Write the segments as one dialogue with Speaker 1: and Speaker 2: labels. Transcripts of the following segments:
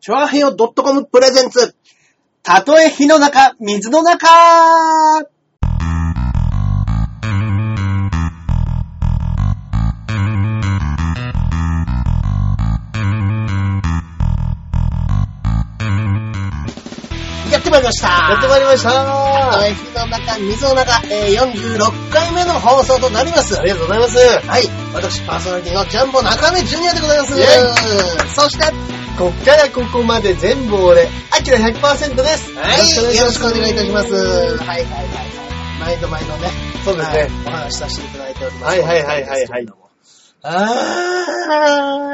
Speaker 1: チョアヘヨ .com プレゼンツ。たとえ火の中、水の中やってまいりました。
Speaker 2: やってまいりました
Speaker 1: たと
Speaker 2: あ
Speaker 1: え火の中、水の中、えー46回目の放送となります。
Speaker 2: りがとうございますは
Speaker 1: はい。私、パーソナリティのジャンボ中根ジュニアでございます
Speaker 2: イ。
Speaker 1: そして、は
Speaker 2: こっからここまで全部俺、アキラ100%です
Speaker 1: い。よろしくお願いいたします。はい
Speaker 2: は
Speaker 1: はいはいはい。毎度毎度ね。
Speaker 2: そうですね
Speaker 1: はいお話しさせていただいております。
Speaker 2: いはいはいはいはい。
Speaker 1: あ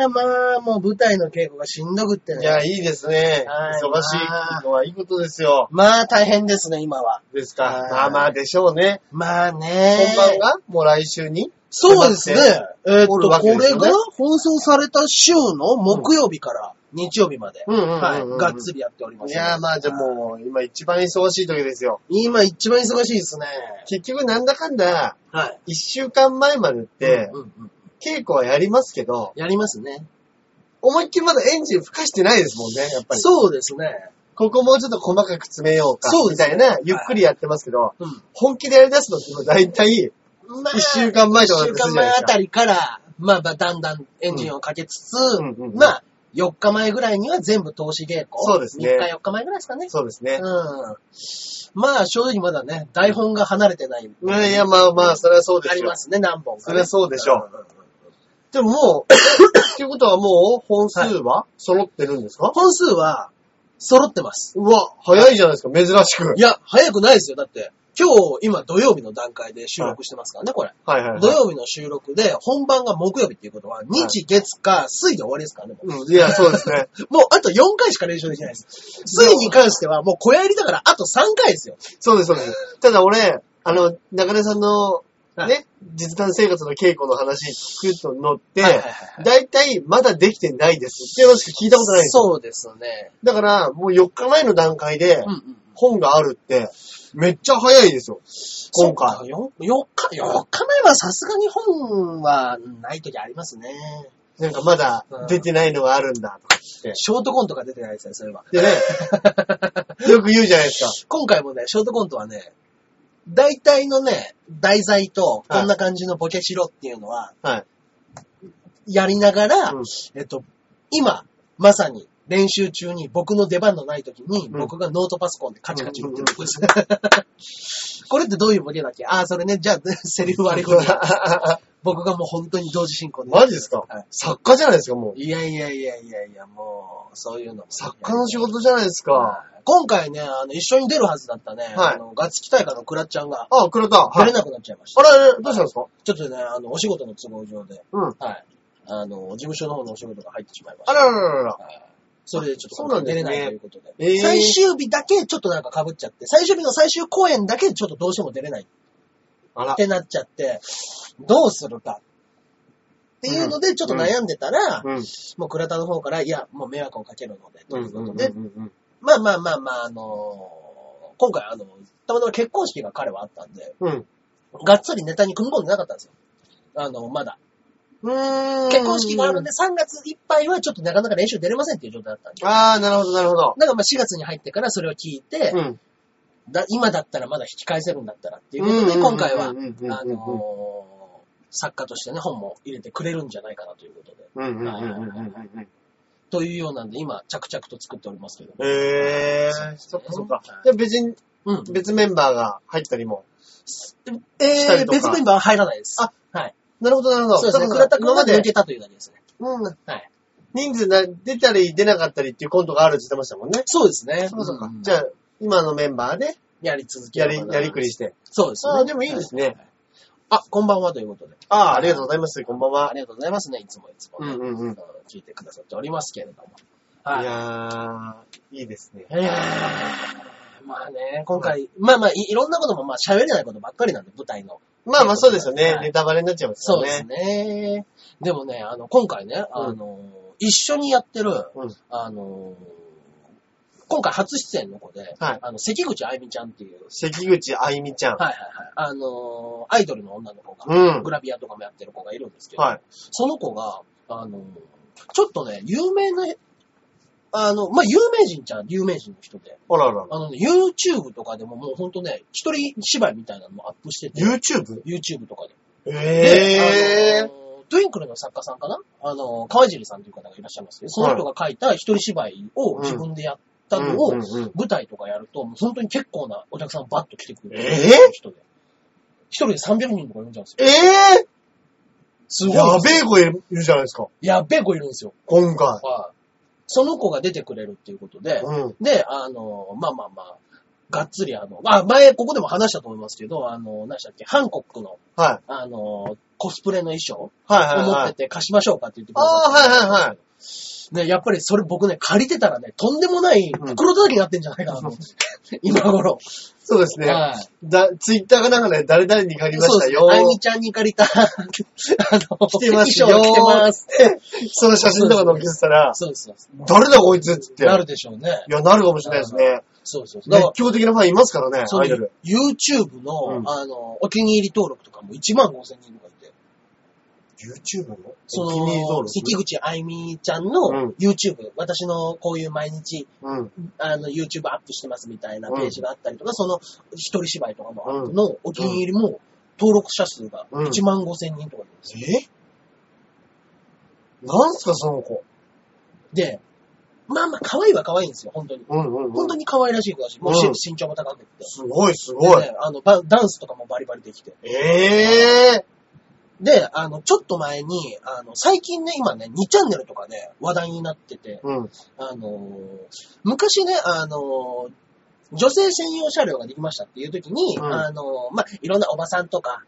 Speaker 1: ー、まあ、もう舞台の稽古がしんどくって
Speaker 2: い
Speaker 1: ね。
Speaker 2: や、いいですね。
Speaker 1: はい
Speaker 2: 忙しいのはいいことですよ。
Speaker 1: まあ、大変ですね、今は。
Speaker 2: ですか。
Speaker 1: はい
Speaker 2: まあまあでしょうね。
Speaker 1: まあね。
Speaker 2: 本番がもう来週に
Speaker 1: そうですね
Speaker 2: 迫って。
Speaker 1: えーっ
Speaker 2: おるわ
Speaker 1: と、
Speaker 2: け
Speaker 1: こ
Speaker 2: です
Speaker 1: れ
Speaker 2: よね
Speaker 1: が放送された週の木曜日から日曜日まで、
Speaker 2: うんうんうんうん
Speaker 1: はい、がっつりやっておりま
Speaker 2: い
Speaker 1: す。
Speaker 2: や、まあじゃあもう今一番忙しい時ですよ。
Speaker 1: 今一番忙しいですね。
Speaker 2: 結局なんだかんだ、
Speaker 1: はい。
Speaker 2: 一週間前までって、
Speaker 1: うんうんうん
Speaker 2: 稽古はやりますけど、
Speaker 1: やりますね。
Speaker 2: 思いっきりまだエンジン吹かしてないですもんね、やっぱり。
Speaker 1: そうですね。
Speaker 2: ここもうちょっと細かく詰めようか。
Speaker 1: そうで
Speaker 2: み
Speaker 1: す
Speaker 2: た
Speaker 1: ね
Speaker 2: いな、ゆっくりやってますけど、
Speaker 1: うん。
Speaker 2: 本気でやり出すのってもう大体、
Speaker 1: ま
Speaker 2: 一週間前とかだ
Speaker 1: 一週間
Speaker 2: ったりするじゃ
Speaker 1: 前
Speaker 2: ない
Speaker 1: あ
Speaker 2: ですか
Speaker 1: たりから、まあまあ、だんだんエンジンをかけつつ、
Speaker 2: うんうんうん
Speaker 1: まあ、4日前ぐらいには全部投資稽古。
Speaker 2: そうですね
Speaker 1: 3日4日前ぐらいですかね。
Speaker 2: そうですね。
Speaker 1: うん。まあ、正直まだね、台本が離れてない。
Speaker 2: うんいや、まあまあ、それはそうで
Speaker 1: あ
Speaker 2: す
Speaker 1: り
Speaker 2: よ
Speaker 1: ま。すね、何本か、ね。
Speaker 2: そりゃそうでしょうん
Speaker 1: んん
Speaker 2: でももう、っていうことはもう、本数は揃ってるんですか、
Speaker 1: 本数は、揃ってます。
Speaker 2: うわ、早いじゃないですか、珍しく。
Speaker 1: いや、早くないですよ。だって、今日、今土曜日の段階で収録してますからね、これ。
Speaker 2: はいはい、はい。
Speaker 1: 土曜日の収録で、本番が木曜日っていうことは、日、月、火、水で終わりですからね。もう
Speaker 2: うん、いや、そうですね。
Speaker 1: もうあと4回しか練習できないです。水に関しては、もう小やりだから、あと3回ですよ。
Speaker 2: そうです、そうです。ただ俺、あの、中根さんの、
Speaker 1: はい
Speaker 2: ね、実弾生活の稽古の話聞くと乗って
Speaker 1: はいはいは、
Speaker 2: だいたいまだできてないですっていうのしか聞いたことないんですよ。
Speaker 1: そうですね。
Speaker 2: だから、もう4日前の段階で
Speaker 1: うん、うん。
Speaker 2: 本があるって、めっちゃ早いですよ。今
Speaker 1: そう
Speaker 2: 回。
Speaker 1: か。よ4日、4日前はさすがに本はない時ありますね。
Speaker 2: なんかまだ出てないのがあるんだ、とか言って。
Speaker 1: ショートコントが出てないですね、そういえ ば。
Speaker 2: でね、よく言うじゃないですか。
Speaker 1: 今回もね、ショートコントはね、大体のね、題材と、
Speaker 2: はい
Speaker 1: こんな感じのボケしろっていうのは、
Speaker 2: はい。
Speaker 1: やりながら、
Speaker 2: うん
Speaker 1: えっと、今、まさに、練習中に僕の出番のない時に、
Speaker 2: うん
Speaker 1: 僕がノートパソコンでカチカチ打ってるとこです。 これってどういうボケだっけああ、それね、じゃあ、セリフ割り 振り。僕がもう本当に同時進行で。
Speaker 2: マジですか
Speaker 1: はい
Speaker 2: 作家じゃないですか、もう。
Speaker 1: いやいやいやいやいや、もう、そういうのも。
Speaker 2: 作家の仕事じゃないですか。
Speaker 1: はい今回ね、あの、一緒に出るはずだったね、
Speaker 2: はい
Speaker 1: あの、ガッツキ大会のクラッちゃんが、
Speaker 2: あ、くれた。
Speaker 1: 出
Speaker 2: は
Speaker 1: れ
Speaker 2: い。
Speaker 1: なくなっちゃいました。
Speaker 2: あれ、どうしたんですか
Speaker 1: ちょっとね、あの、お仕事の都合上で、
Speaker 2: うん。
Speaker 1: はい。あの、事務所の方のお仕事が入ってしまいまし
Speaker 2: あ
Speaker 1: た。
Speaker 2: ららららら。
Speaker 1: はいそれでちょっと
Speaker 2: そうなんで
Speaker 1: 出
Speaker 2: すね
Speaker 1: れないということで。
Speaker 2: えー
Speaker 1: 最終日だけちょっとなんか被っちゃって、最終日の最終公演だけちょっとどうしても出れない
Speaker 2: あら
Speaker 1: っ。てなっちゃって、どうするか。っていうので、ちょっと悩んでたら、
Speaker 2: うん。
Speaker 1: もう倉田の方から、いや、もう迷惑をかけるので、と
Speaker 2: う
Speaker 1: い
Speaker 2: ん
Speaker 1: う
Speaker 2: う
Speaker 1: こ
Speaker 2: んう
Speaker 1: と
Speaker 2: ん
Speaker 1: で、
Speaker 2: うん。
Speaker 1: まあまあまあまあ、あのー今回、あの、たまたま結婚式が彼はあったんで、
Speaker 2: うん。
Speaker 1: がっつりネタに組み込んでなかったんですよ。あの、まだ。
Speaker 2: うーん。
Speaker 1: 結婚式があるんで、。3月いっぱいはちょっとなかなか練習出れませんっていう状態だったんで。
Speaker 2: あー、なるほど、なるほど。
Speaker 1: だからまあ4月に入ってからそれを聞いて、
Speaker 2: うん。
Speaker 1: だ今だったらまだ引き返せるんだったらっていうことで、
Speaker 2: うん
Speaker 1: 今回は、あ
Speaker 2: うんうんうんう
Speaker 1: のー
Speaker 2: ん
Speaker 1: 作家としてね、本も入れてくれるんじゃないかなということで。
Speaker 2: うんうんうんうんうんうん。
Speaker 1: というようなんで、今、着々と作っておりますけども。
Speaker 2: えー、そっかそっか。
Speaker 1: う
Speaker 2: で、別に、
Speaker 1: うん。
Speaker 2: 別メンバーが入ったりも。した
Speaker 1: え
Speaker 2: り
Speaker 1: ー、
Speaker 2: とか
Speaker 1: 別メンバーは入らないです。あ、はい。
Speaker 2: なるほど、なるほど。
Speaker 1: そうですね。
Speaker 2: だ
Speaker 1: 倉
Speaker 2: か
Speaker 1: 田
Speaker 2: ら
Speaker 1: 君
Speaker 2: 今
Speaker 1: が
Speaker 2: ま
Speaker 1: 抜
Speaker 2: で、
Speaker 1: けたというだけですね。
Speaker 2: うん、
Speaker 1: はい。
Speaker 2: 人数な出たり出なかったりっていうコントがあるって言ってましたもんね。
Speaker 1: そうですね。ん
Speaker 2: じゃあ、今のメンバーで、
Speaker 1: やり続け
Speaker 2: や
Speaker 1: よう
Speaker 2: り
Speaker 1: か、な
Speaker 2: やりくりして。
Speaker 1: そうですね。
Speaker 2: ああ、でもいいですね。
Speaker 1: あ、こんばんはということで。
Speaker 2: ああ、ありがとうございます。こんばん
Speaker 1: あ
Speaker 2: は。
Speaker 1: りがとうございますね。いつもいつもね、
Speaker 2: うんうんうん
Speaker 1: 聞いてくださっておりますけれども。
Speaker 2: い
Speaker 1: はい。
Speaker 2: やー、いいですね。
Speaker 1: いやーまあね、今回、まあまあい、いろんなことも、まあ喋れないことばっかりなんで、舞台の。
Speaker 2: まあまあそうですよね。
Speaker 1: はい
Speaker 2: ネタバレになっちゃいます
Speaker 1: そ
Speaker 2: よ
Speaker 1: う
Speaker 2: ね。
Speaker 1: ですね。でもね、あの、今回ね、あの、一緒にやってる、
Speaker 2: うん
Speaker 1: あの、今回初出演の子で、
Speaker 2: はい
Speaker 1: あの、関口あゆみちゃんっていう、
Speaker 2: 関口あゆみちゃん。
Speaker 1: はいはいはい、あの、アイドルの女の子が、
Speaker 2: うん
Speaker 1: グ。ラビアとかもやってる子がいるんですけど、
Speaker 2: はい。
Speaker 1: その子が、あの、ちょっとね、有名なあの、まあ、有名人じゃん、有名人の人で。
Speaker 2: あらあらあら。
Speaker 1: あのね、YouTube とかでももうほんとね、一人芝居みたいなのもアップしてて、
Speaker 2: YouTube?
Speaker 1: YouTube とかで。で、あ
Speaker 2: ええ
Speaker 1: のトゥインクルの作家さんかなあの、川尻さんという方がいらっしゃいますけど、その人が書いた一人芝居を自分でやったのを
Speaker 2: うんうんうん、
Speaker 1: 舞台とかやると、もう本当に結構なお客さんバッと来てくれる
Speaker 2: えー
Speaker 1: 人で。一人で300人とか呼んじゃうんですよ。
Speaker 2: ええ
Speaker 1: すごい。
Speaker 2: やべえ子いるじゃないですか。
Speaker 1: やっべえ子いるんですよ。
Speaker 2: 今回。
Speaker 1: はい。その子が出てくれるっていうことで、
Speaker 2: うん。
Speaker 1: で、あの、まあまあまあ、がっつりあの、まあ前ここでも話したと思いますけど、あの、何でしたっけ、ハンコックの、
Speaker 2: はい。
Speaker 1: あの、コスプレの衣装
Speaker 2: はいはい
Speaker 1: を持っ
Speaker 2: は
Speaker 1: て
Speaker 2: い。
Speaker 1: て貸しましょうかって言ってく
Speaker 2: あ
Speaker 1: ださ
Speaker 2: あ、
Speaker 1: って、
Speaker 2: はいはいはい。
Speaker 1: ね、やっぱりそれ僕ね、借りてたらね、とんでもない袋叩きになってんじゃないかなと思って、 今頃。
Speaker 2: そうですね。
Speaker 1: はい。
Speaker 2: だ、ツイッターがなんかね、誰々に借りま
Speaker 1: そう
Speaker 2: し
Speaker 1: で
Speaker 2: た
Speaker 1: すね
Speaker 2: よ。。
Speaker 1: あゆみちゃんに借りた、あ の、
Speaker 2: 来てますよ
Speaker 1: 衣装着てます。
Speaker 2: その写真とか載っけてたら、
Speaker 1: そうです、そうです。
Speaker 2: 誰だこいつっつって。
Speaker 1: なるでしょうね。
Speaker 2: いや、なるかもしれないですね。
Speaker 1: そうそうそう。だか
Speaker 2: 熱
Speaker 1: ら
Speaker 2: 狂的なファンいますからね、
Speaker 1: そ
Speaker 2: ア
Speaker 1: う
Speaker 2: イ
Speaker 1: い
Speaker 2: ドル
Speaker 1: う。YouTube の、
Speaker 2: うん
Speaker 1: あの、お気に入り登録とかも1万5千人とかいて、
Speaker 2: YouTube の
Speaker 1: そ
Speaker 2: お気に入り登
Speaker 1: の、
Speaker 2: 録
Speaker 1: 関口あゆみちゃん
Speaker 2: うん
Speaker 1: の YouTube、私のこういう毎日、
Speaker 2: うん。
Speaker 1: あの、YouTube アップしてますみたいなページがあったりとか、その、一人芝居とかもアップのお気に入りも、登録者数が
Speaker 2: うん
Speaker 1: 1万5千人とかいるんですよ。
Speaker 2: えなんすか、その子。
Speaker 1: で、まあまあ、可愛いは可愛いんですよ、本当に。
Speaker 2: うんうんうん。
Speaker 1: 本当に可愛らしい子だし、もうし
Speaker 2: うん
Speaker 1: 身長も高くて。
Speaker 2: すごい、す
Speaker 1: で
Speaker 2: ごい。
Speaker 1: ねあの、ばダンスとかもバリバリできて。
Speaker 2: ええ
Speaker 1: で、あの、ちょっと前に、あの、最近ね、今ね、2チャンネルとかね、話題になってて、
Speaker 2: うん。
Speaker 1: あのー昔ね、あのー女性専用車両ができましたっていう時に、
Speaker 2: うん
Speaker 1: あのーまあ、いろんなおばさんとか、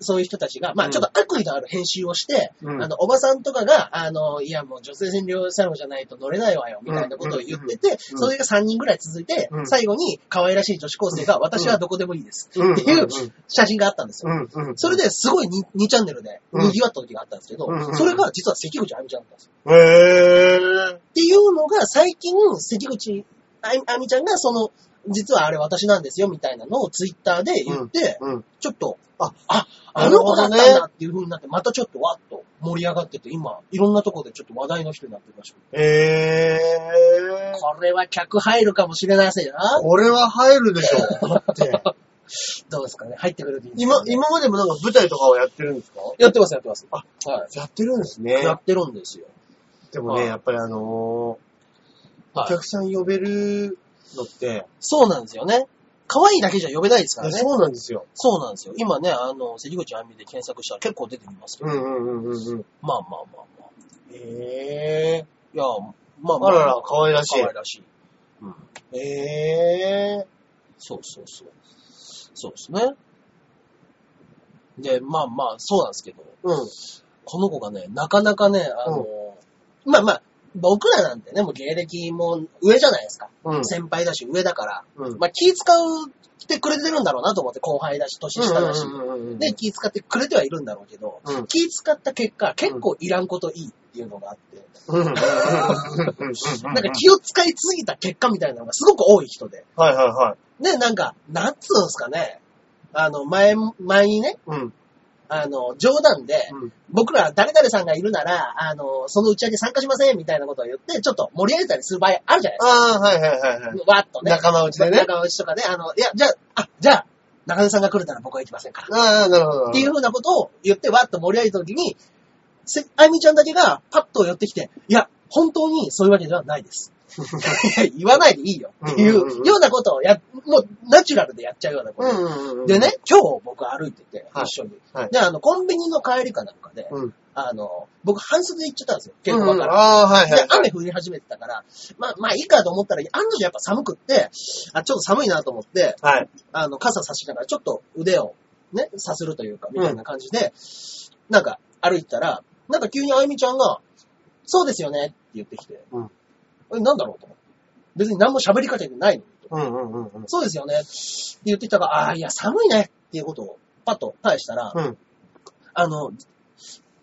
Speaker 1: そういう人たちが、まあ、
Speaker 2: うん
Speaker 1: ちょっと悪意のある編集をして、
Speaker 2: うん
Speaker 1: あの、おばさんとかが、あのーいや、もう女性専用車両じゃないと乗れないわよ、みたいなことを言ってて、
Speaker 2: うん
Speaker 1: それが3人ぐらい続いて、
Speaker 2: うん
Speaker 1: 最後に可愛らしい女子高生が、私はどこでもいいです。
Speaker 2: うん。
Speaker 1: っていう写真があったんですよ。
Speaker 2: うん。うん。うん。
Speaker 1: それですごい 2, チャンネルで
Speaker 2: うん
Speaker 1: 賑わった時があったんですけど、
Speaker 2: うんうん
Speaker 1: それが実は関口あゆみちゃんだったんですよ。
Speaker 2: ええ
Speaker 1: っていうのが最近関口あゆあゆみちゃんがその、実はあれ私なんですよみたいなのをツイッターで言って、
Speaker 2: うん。
Speaker 1: ちょっと、
Speaker 2: あ
Speaker 1: あ、あ、あの子だったん
Speaker 2: なるほど
Speaker 1: だっていう風になって、またちょっとわっと盛り上がってて、今、いろんなところでちょっと話題の人になってました。
Speaker 2: ええ
Speaker 1: これは客入るかもしれないせいな。
Speaker 2: これは入るでしょ。だって。
Speaker 1: どうですかね入ってくれるといいですか
Speaker 2: 今
Speaker 1: ね、
Speaker 2: 今までもなんか舞台とかをやってるんですか
Speaker 1: やってます、やってます。
Speaker 2: あ
Speaker 1: は
Speaker 2: やってるんです
Speaker 1: い。
Speaker 2: ね
Speaker 1: やってるんですよ。
Speaker 2: でもね、
Speaker 1: はい
Speaker 2: やっぱりあのーお
Speaker 1: はい
Speaker 2: 客さん呼べるのって、
Speaker 1: そうなんですよね。可愛いだけじゃ呼べないですからね。
Speaker 2: そうなんですよ。
Speaker 1: そうなんですよ。今ね、あの、関口あみで検索したら結構出てきますけ
Speaker 2: う
Speaker 1: ど。
Speaker 2: んうんうんうんうん。
Speaker 1: まあまあまあまあ。
Speaker 2: ええ
Speaker 1: いや、まあま
Speaker 2: あ
Speaker 1: あ、
Speaker 2: らら、可愛らし
Speaker 1: 可
Speaker 2: い
Speaker 1: 愛。らしい。
Speaker 2: ええ
Speaker 1: そうそうそう。そうですね。で、まあまあ、そうなんですけど、
Speaker 2: うん。
Speaker 1: この子がね、なかなかね、あの、まあまあ、僕らなんてね、もう芸歴も上じゃないですか。
Speaker 2: うん。
Speaker 1: 先輩だし、上だから。
Speaker 2: うん。
Speaker 1: まあ気使ってくれてるんだろうなと思って、後輩だし、年下だし。
Speaker 2: うん
Speaker 1: で、気使ってくれてはいるんだろうけど、
Speaker 2: うん
Speaker 1: 気使った結果、結構いらんこといいっていうのがあって、
Speaker 2: うんうんう
Speaker 1: なん
Speaker 2: ん
Speaker 1: か気を使いすぎた結果みたいなのがすごく多い人で。
Speaker 2: はいはいは
Speaker 1: で、なんか、なんつうんですかね、あの、前、前にね、
Speaker 2: い。うん。
Speaker 1: あの、冗談で、
Speaker 2: うん
Speaker 1: 僕ら誰々さんがいるなら、あの、その打ち上げ参加しませんみたいなことを言って、ちょっと盛り上げたりする場合あるじゃないです
Speaker 2: ああ、はいはいはいはい。
Speaker 1: か。わーっとね。
Speaker 2: 仲間内でね。
Speaker 1: 仲間内とかね、あの、いや、じゃあ、あ、じゃあ、中根さんが来るなら僕は行きませんから。
Speaker 2: ああ、なるほど。
Speaker 1: っていう風なことを言ってわっと盛り上げた時に、せあゆみちゃんだけがパッと寄ってきて、いや、本当にそういうわけではないです。 言わないでいいよっていう
Speaker 2: うんうんうん
Speaker 1: ようなことをや、もうナチュラルでやっちゃうようなこ
Speaker 2: う
Speaker 1: と。
Speaker 2: んうんうん。
Speaker 1: で。ね、今日僕歩いてて、
Speaker 2: はい
Speaker 1: 一緒に。
Speaker 2: はい
Speaker 1: で、あの、コンビニの帰りかなんかで、
Speaker 2: うん。
Speaker 1: あの、僕半袖で行っちゃったんですよ。
Speaker 2: う
Speaker 1: 結
Speaker 2: ん
Speaker 1: 構
Speaker 2: う
Speaker 1: わ
Speaker 2: ん
Speaker 1: か
Speaker 2: あ
Speaker 1: ら
Speaker 2: あ、はいはい
Speaker 1: で
Speaker 2: は、い。
Speaker 1: 雨降り始めてたから、まあ、まあいいかと思ったら、案の定やっぱ寒くって、あ、ちょっと寒いなと思って、
Speaker 2: はい。
Speaker 1: あの、傘差しながら、ちょっと腕をね、さするというか、みたいな感じで、なんか歩いてたら、なんか急にあゆみちゃんが、そうですよねって言ってきて、
Speaker 2: うん
Speaker 1: え、なんだろうと思って。別に何も喋りかけてないのに。
Speaker 2: うんうんうんうん。
Speaker 1: そうですよねって言ってきたから、ああー、いや、寒いねっていうことをパッと返したら、
Speaker 2: うん。
Speaker 1: あの、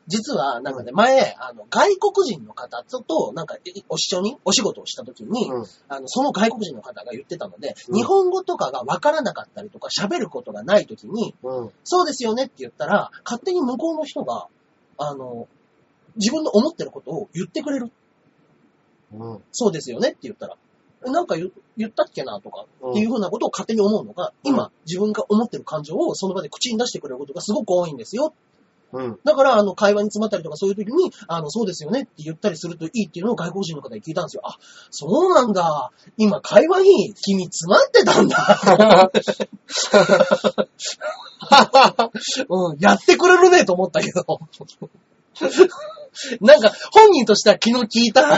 Speaker 1: 実は、なんかね、前、あの、外国人の方と、となんか、いお一緒に、お仕事をした時に、
Speaker 2: うん
Speaker 1: あの、その外国人の方が言ってたので、
Speaker 2: うん
Speaker 1: 日本語とかがわからなかったりとか、喋ることがない時に、
Speaker 2: うん。
Speaker 1: そうですよねって言ったら、勝手に向こうの人が、あの、自分の思ってることを言ってくれる。
Speaker 2: うん。っ
Speaker 1: そうですよねって言ったら、えなんか言言ったっけなとか、っていう
Speaker 2: う。
Speaker 1: ふうなことを勝手に思うのが、
Speaker 2: うん
Speaker 1: 今、自分が思ってる感情をその場で口に出してくれることがすごく多いんですよ。
Speaker 2: うん。
Speaker 1: だから、あの、会話に詰まったりとかそういう時に、あの、そうですよねって言ったりするといいっていうのを外国人の方に聞いたんですよ。あ、そうなんだ。今、会話に君詰まってたん だ。うん、やってくれるねと思ったけど。なんか、本人としては昨日聞いた、
Speaker 2: うんう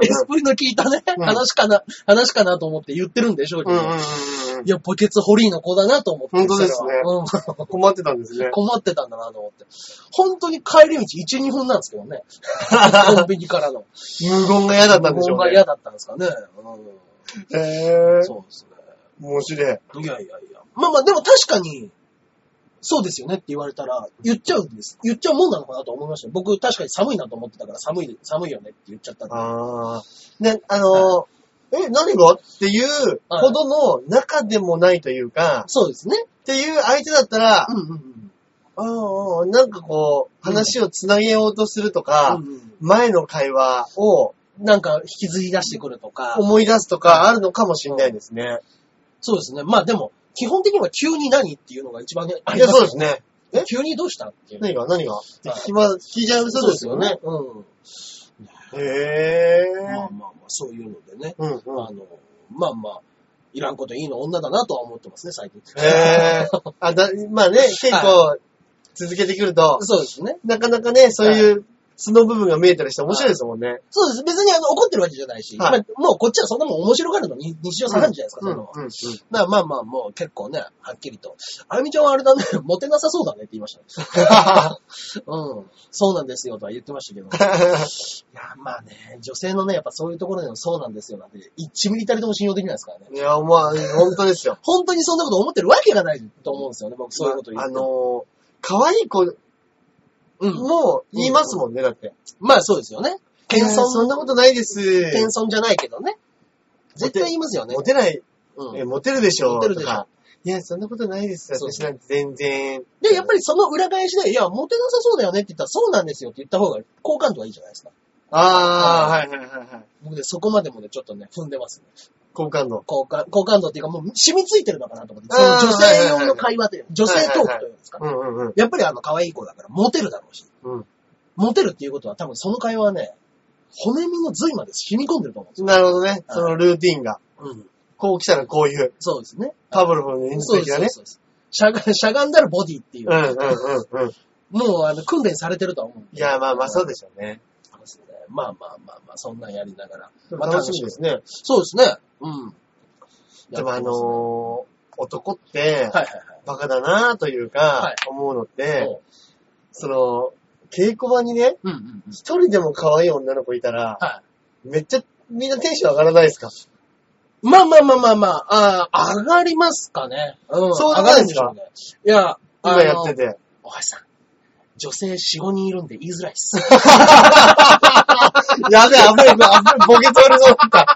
Speaker 2: ん
Speaker 1: エスプリの聞いたね、
Speaker 2: うん
Speaker 1: 話かな、話かなと思って言ってるんでしょうけ
Speaker 2: うん
Speaker 1: ど。
Speaker 2: うんうんうん
Speaker 1: いや、ポケツホリーの子だなと思って。
Speaker 2: 本当です
Speaker 1: そ
Speaker 2: ね
Speaker 1: れはうん
Speaker 2: 困ってたんですね。
Speaker 1: 困ってたんだなと思って。本当に帰り道1、2分なんですけどね。 コンビニからの。
Speaker 2: 無言が嫌だったんでし
Speaker 1: 僕
Speaker 2: ょう
Speaker 1: が
Speaker 2: ね
Speaker 1: 嫌。だったんですかね。う
Speaker 2: へ
Speaker 1: ん、
Speaker 2: ぇ
Speaker 1: そうですね。
Speaker 2: 面白
Speaker 1: い
Speaker 2: い。
Speaker 1: やいやいや。まあまあ、でも確かに、そうですよねって言われたら、言っちゃうんです。言っちゃうもんなのかなと思いました。僕確かに寒いなと思ってたから、寒い、寒いよねって言っちゃったんで。
Speaker 2: あー。ね、あのー、え、何がっていうほどの中でもないというか、
Speaker 1: そうですね。
Speaker 2: っていう相手だったら
Speaker 1: う、んうんうん。
Speaker 2: うんうん、なんかこう、話をつなげようとするとか、
Speaker 1: うんうん
Speaker 2: 前の会話を
Speaker 1: なんか引きずり出してくるとか。
Speaker 2: 思い出すとかあるのかもしれないですね。
Speaker 1: そうですね。まあでも、基本的には急に何っていうのが一番ね、あ
Speaker 2: い
Speaker 1: ります
Speaker 2: や、そう
Speaker 1: よ
Speaker 2: ですね。え
Speaker 1: 急にどうしたっていう。
Speaker 2: 何が何が聞きま、聞いちゃうそうですよね。。
Speaker 1: うん。
Speaker 2: へ
Speaker 1: まあまあ
Speaker 2: ぇ
Speaker 1: まあ、そういうのでね。
Speaker 2: ー。うんうん。
Speaker 1: あの、まあまあ、いらんこといいの女だなとは思ってますね、最近。
Speaker 2: へぇー。あ、だ、まあね、結構、続けてくると、
Speaker 1: そうですね。
Speaker 2: なかなかね、そういう素の部分が見えたりして面白いですもんね。
Speaker 1: そうです。別にあの怒ってるわけじゃないし、
Speaker 2: はい
Speaker 1: まあもうこっちはそんなもん面白がるのに日常下がるじゃないですか、
Speaker 2: うん
Speaker 1: そ
Speaker 2: うん
Speaker 1: の。
Speaker 2: うん。
Speaker 1: まあまあまあ、もう結構ね、はっきりと。あゆみちゃんはあれだね、モテなさそうだねって言いましたね。 うん。そうなんですよとは言ってましたけど。いや、まあね、女性のね、やっぱそういうところでのそうなんですよなんて、1ミリたりとも信用できないですからね。
Speaker 2: いや、まあ、本当ですよ。
Speaker 1: 本当にそんなこと思ってるわけがないと思うんですよね、僕そういうこと言
Speaker 2: あ
Speaker 1: うと。
Speaker 2: のー、可愛い子
Speaker 1: うん。
Speaker 2: も言いますもんね、だって。
Speaker 1: まあそうですよね。謙
Speaker 2: えーそ
Speaker 1: 遜、
Speaker 2: んなことないです。
Speaker 1: 謙遜じゃないけどね。絶対言いますよね
Speaker 2: モ。テない、
Speaker 1: うん
Speaker 2: えモテるでしょ。
Speaker 1: モテるでしょ
Speaker 2: とかいや、そんなことないです。
Speaker 1: そう
Speaker 2: 私なんて全然。
Speaker 1: で、やっぱりその裏返しで、いや、モテなさそうだよねって言ったら、そうなんですよって言った方が、好感度はいいじゃないですか。
Speaker 2: ああ、はいはいはいはい。
Speaker 1: 僕ね、そこまでもね、ちょっとね、踏んでますね。
Speaker 2: 好感度。
Speaker 1: 好感、好感度っていうか、もう染みついてるのかなと思って。
Speaker 2: あ
Speaker 1: その女
Speaker 2: ー
Speaker 1: 性用の会話という、女性トークというんですか。
Speaker 2: うんうんうん。
Speaker 1: やっぱりあの、可愛い子だから、モテるだろうし。
Speaker 2: うん
Speaker 1: モテるっていうことは、多分その会話はね、骨身の髄まで染み込んでると思うんです
Speaker 2: なるほどね。そのルーティンが。
Speaker 1: よ。うん。
Speaker 2: こう来たらこういう。
Speaker 1: そうですね。
Speaker 2: パブロフの演
Speaker 1: そう
Speaker 2: 説
Speaker 1: です
Speaker 2: 的だね。
Speaker 1: そうですしゃが、しゃがんだるボディっていう
Speaker 2: う、んうんうんうん。
Speaker 1: もうあの訓練されてるとは思うん
Speaker 2: いや、まあまあそう
Speaker 1: で
Speaker 2: でしょうね。
Speaker 1: そうですね。まあまあまあまあ、そんなんやりながら。まあ
Speaker 2: 楽しみですね。
Speaker 1: そうですね。うん。
Speaker 2: でもあの
Speaker 1: は
Speaker 2: ー、男って
Speaker 1: い、はいはい。
Speaker 2: バカだなという
Speaker 1: は
Speaker 2: か
Speaker 1: い、
Speaker 2: 思うのっ
Speaker 1: お
Speaker 2: て
Speaker 1: う、
Speaker 2: その、稽古場にね、
Speaker 1: うんうんうん。
Speaker 2: 一人でも可愛い女の子いたら、
Speaker 1: は
Speaker 2: めっちゃみんなテンション上がらないですか
Speaker 1: い。まあまあまあまあまあ、あー上がりますかね。うん。
Speaker 2: そう
Speaker 1: 上
Speaker 2: な
Speaker 1: がる
Speaker 2: ん
Speaker 1: です
Speaker 2: で
Speaker 1: す
Speaker 2: か
Speaker 1: かね。いや、
Speaker 2: 今やってて。
Speaker 1: お橋さん、女性4、5人いるんで言いづらいっ す。
Speaker 2: やべえ、危ない、危ない、ボケ取るぞ、った。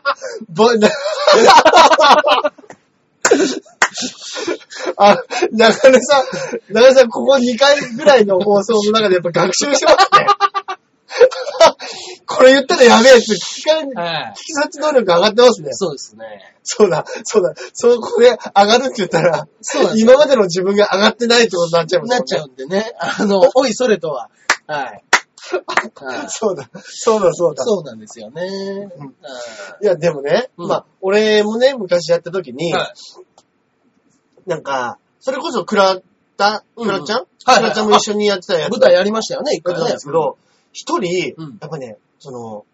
Speaker 2: ぼ、 な、あ、中根さん、中根さん、ここ2回ぐらいの放送の中でやっぱ学習してますね。 これ言ったらやべえって聞か、聞
Speaker 1: はい。
Speaker 2: き察能力上がってますね。
Speaker 1: そうですね。
Speaker 2: そうだ、そうだ、そこで上がるって言ったら、
Speaker 1: そうなんですよ
Speaker 2: 今までの自分が上がってないってことになっちゃいます
Speaker 1: なっ
Speaker 2: もんね
Speaker 1: ちゃうんでね。あの、おい、それとは。 はい。はい
Speaker 2: そうだ、そうだ、そうだ。
Speaker 1: そうなんですよね。
Speaker 2: うん
Speaker 1: はい
Speaker 2: や、でもね、
Speaker 1: うん
Speaker 2: まあ、俺もね、昔やった時
Speaker 1: い
Speaker 2: に、
Speaker 1: はい
Speaker 2: なんか、それこそクラタ、
Speaker 1: うん
Speaker 2: クラちゃん、
Speaker 1: はい
Speaker 2: クラちゃんも一緒にやってたやつ。
Speaker 1: 舞台やりましたよね、一
Speaker 2: やっ
Speaker 1: 回
Speaker 2: てたん
Speaker 1: ね
Speaker 2: です。けど、一人、
Speaker 1: うん
Speaker 2: やっぱね、その、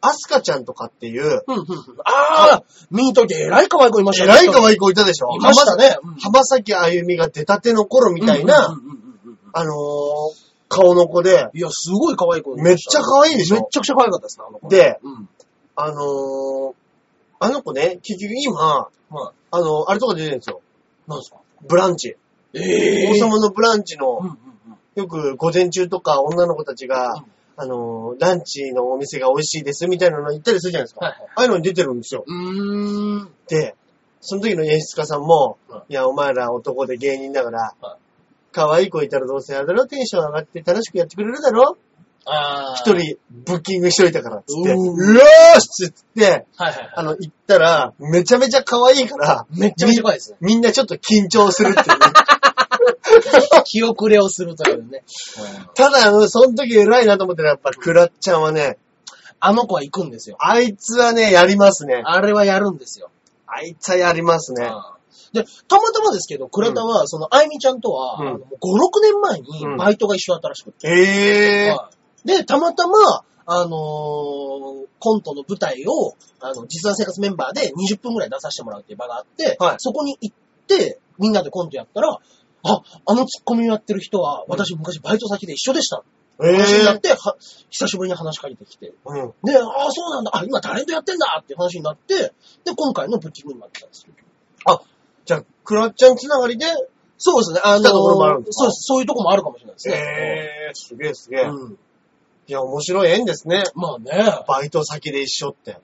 Speaker 2: アスカちゃんとかっていう、
Speaker 1: うんうんうんああ見とき、えらい可愛い子いました
Speaker 2: えらい可
Speaker 1: い
Speaker 2: 愛い子いたでしょ
Speaker 1: いましたね。うん
Speaker 2: 浜崎あゆみが出たての頃みたいな、
Speaker 1: うんうんうんうんうん
Speaker 2: あのー顔の子で、
Speaker 1: いや、すごい可愛い子いま
Speaker 2: めっ
Speaker 1: した
Speaker 2: ちゃ可愛いでし
Speaker 1: めっ
Speaker 2: ょ
Speaker 1: ちゃくちゃ可愛かったですね、あの子。
Speaker 2: で、
Speaker 1: うん。
Speaker 2: あのーあの子ね、結局
Speaker 1: は
Speaker 2: 今、
Speaker 1: い。
Speaker 2: あの、あれとか出てるんですよ。
Speaker 1: 何ですか
Speaker 2: ブランチ。
Speaker 1: え
Speaker 2: 王様のブランチ
Speaker 1: うんう
Speaker 2: の、
Speaker 1: んうん。
Speaker 2: よく午前中とか女の子たちが、
Speaker 1: うん
Speaker 2: あの、ランチのお店が美味しいですみたいなの行ったりするじゃないですか。
Speaker 1: はいはい
Speaker 2: ああいうのに出てるんですよ。
Speaker 1: うーん。
Speaker 2: で、その時の演出家さんも、
Speaker 1: はい
Speaker 2: や、お前ら男で芸人だから、
Speaker 1: はい
Speaker 2: 可愛い子いたらどうせやだろテンション上がって楽しくやってくれるだろ
Speaker 1: ああ。
Speaker 2: 一。人ブッキングしといたからっつっ
Speaker 1: う
Speaker 2: て、
Speaker 1: ん
Speaker 2: うわーしっつって、
Speaker 1: はいはいは
Speaker 2: あ
Speaker 1: い。
Speaker 2: の、行ったら、めちゃめちゃ可愛いから、
Speaker 1: めっちゃ短い ですね。
Speaker 2: みんなちょっと緊張するっていう。
Speaker 1: 気遅れをするというね。
Speaker 2: ただ、あのその時偉いなと思ってやっぱ、クラッちゃんはね、
Speaker 1: あの子は行くんですよ。
Speaker 2: あいつはね、やりますね。
Speaker 1: あれはやるんですよ。
Speaker 2: あいつはやりますね。
Speaker 1: うんで、たまたまですけど、倉田は、その、あいみちゃんとは、
Speaker 2: うん
Speaker 1: あのもう5、6年前
Speaker 2: うん
Speaker 1: にバイトが一緒だったらしくて。
Speaker 2: ええ
Speaker 1: はいで、たまたま、あのーコントの舞台を、あの、実弾生活メンバーで20分くらい出させてもらうっていう場があって、
Speaker 2: はい
Speaker 1: そこに行って、みんなでコントやったら、あ、あのツッコミをやってる人は、私昔バイト先で一緒でした。
Speaker 2: ー。え
Speaker 1: 話になっ
Speaker 2: え
Speaker 1: て、は久しぶりに話し借りてきて。
Speaker 2: うん。
Speaker 1: で、ああ、そうなんだ。あ、今タレントやってんだっていう話になって、で、今回のブッキングになったんですよ。
Speaker 2: じゃあ、クラッちゃんつながりで、
Speaker 1: そうですね。あの
Speaker 2: 来たところもあるんです
Speaker 1: そ
Speaker 2: か
Speaker 1: うです。そういうところもあるかもしれないですね。
Speaker 2: ええすげえすげえ。
Speaker 1: うん。
Speaker 2: いや、面白い縁ですね。
Speaker 1: まあね。
Speaker 2: バイト先で一緒って。
Speaker 1: ね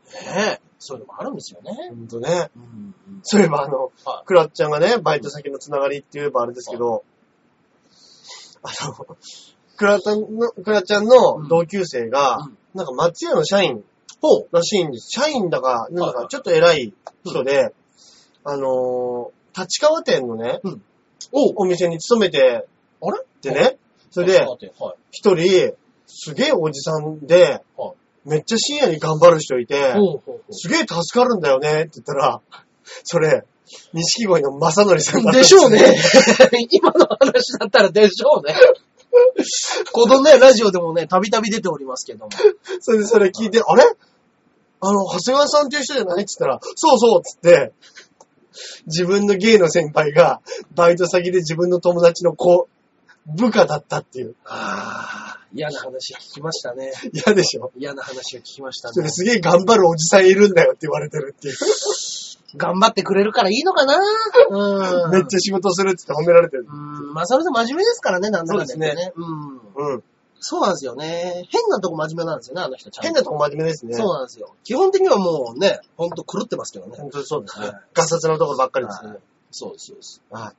Speaker 1: え。そういうのもあるんですよね
Speaker 2: ほ。んとね。
Speaker 1: うん。
Speaker 2: そういえば、あの、
Speaker 1: はい
Speaker 2: クラッちゃんがね、バイト先のつながりって言えばあれですけど、あの、クラちゃんの、クラちゃんの同級生が、
Speaker 1: うん
Speaker 2: なんか松屋の社員
Speaker 1: ほう。
Speaker 2: らしいんです。社員だか、なんだ
Speaker 1: はいは
Speaker 2: か
Speaker 1: い
Speaker 2: ちょっと偉い人で、あのー立川店のね、
Speaker 1: おう。
Speaker 2: お店に勤めて
Speaker 1: あれ
Speaker 2: てね、それで
Speaker 1: はい。はい。
Speaker 2: 一人、すげえおじさんで、
Speaker 1: ほ
Speaker 2: めっちゃ深夜に頑張る人いて、
Speaker 1: うほうほう。
Speaker 2: すげえ助かるんだよねって言ったら、それ、錦鯉の正則さんだった ん
Speaker 1: ですしょうね。今の話だったらでしょうね。このね、ラジオでもね、たびたび出ておりますけども。
Speaker 2: それでそれ聞いて、あれあの、長谷川さんっていう人じゃないって言ったら、そうそうっつって、自分の芸の先輩が、バイト先で自分の友達の子、部下だったっていう。
Speaker 1: ああ、嫌な話聞きましたね。
Speaker 2: 嫌でしょ
Speaker 1: 嫌な話を聞きました
Speaker 2: そ
Speaker 1: ね
Speaker 2: れ。すげえ頑張るおじさんいるんだよって言われてるっていう。
Speaker 1: 頑張ってくれるからいいのかなうん。
Speaker 2: めっちゃ仕事するって言って褒められてる。
Speaker 1: うん、まあ、それで真面目ですからね、なんだかんだ言って
Speaker 2: そう
Speaker 1: ね。うん。
Speaker 2: うん。
Speaker 1: そうなんですよね。変なとこ真面目なんですよね、あの人ちゃんと。
Speaker 2: 変なとこ真面目ですね。
Speaker 1: そうなんですよ。基本的にはもうね、ほんと狂ってますけどね。
Speaker 2: 本当にそうですね
Speaker 1: はい。
Speaker 2: ガサツなとこばっかりですよね。
Speaker 1: そうです、そうです。
Speaker 2: は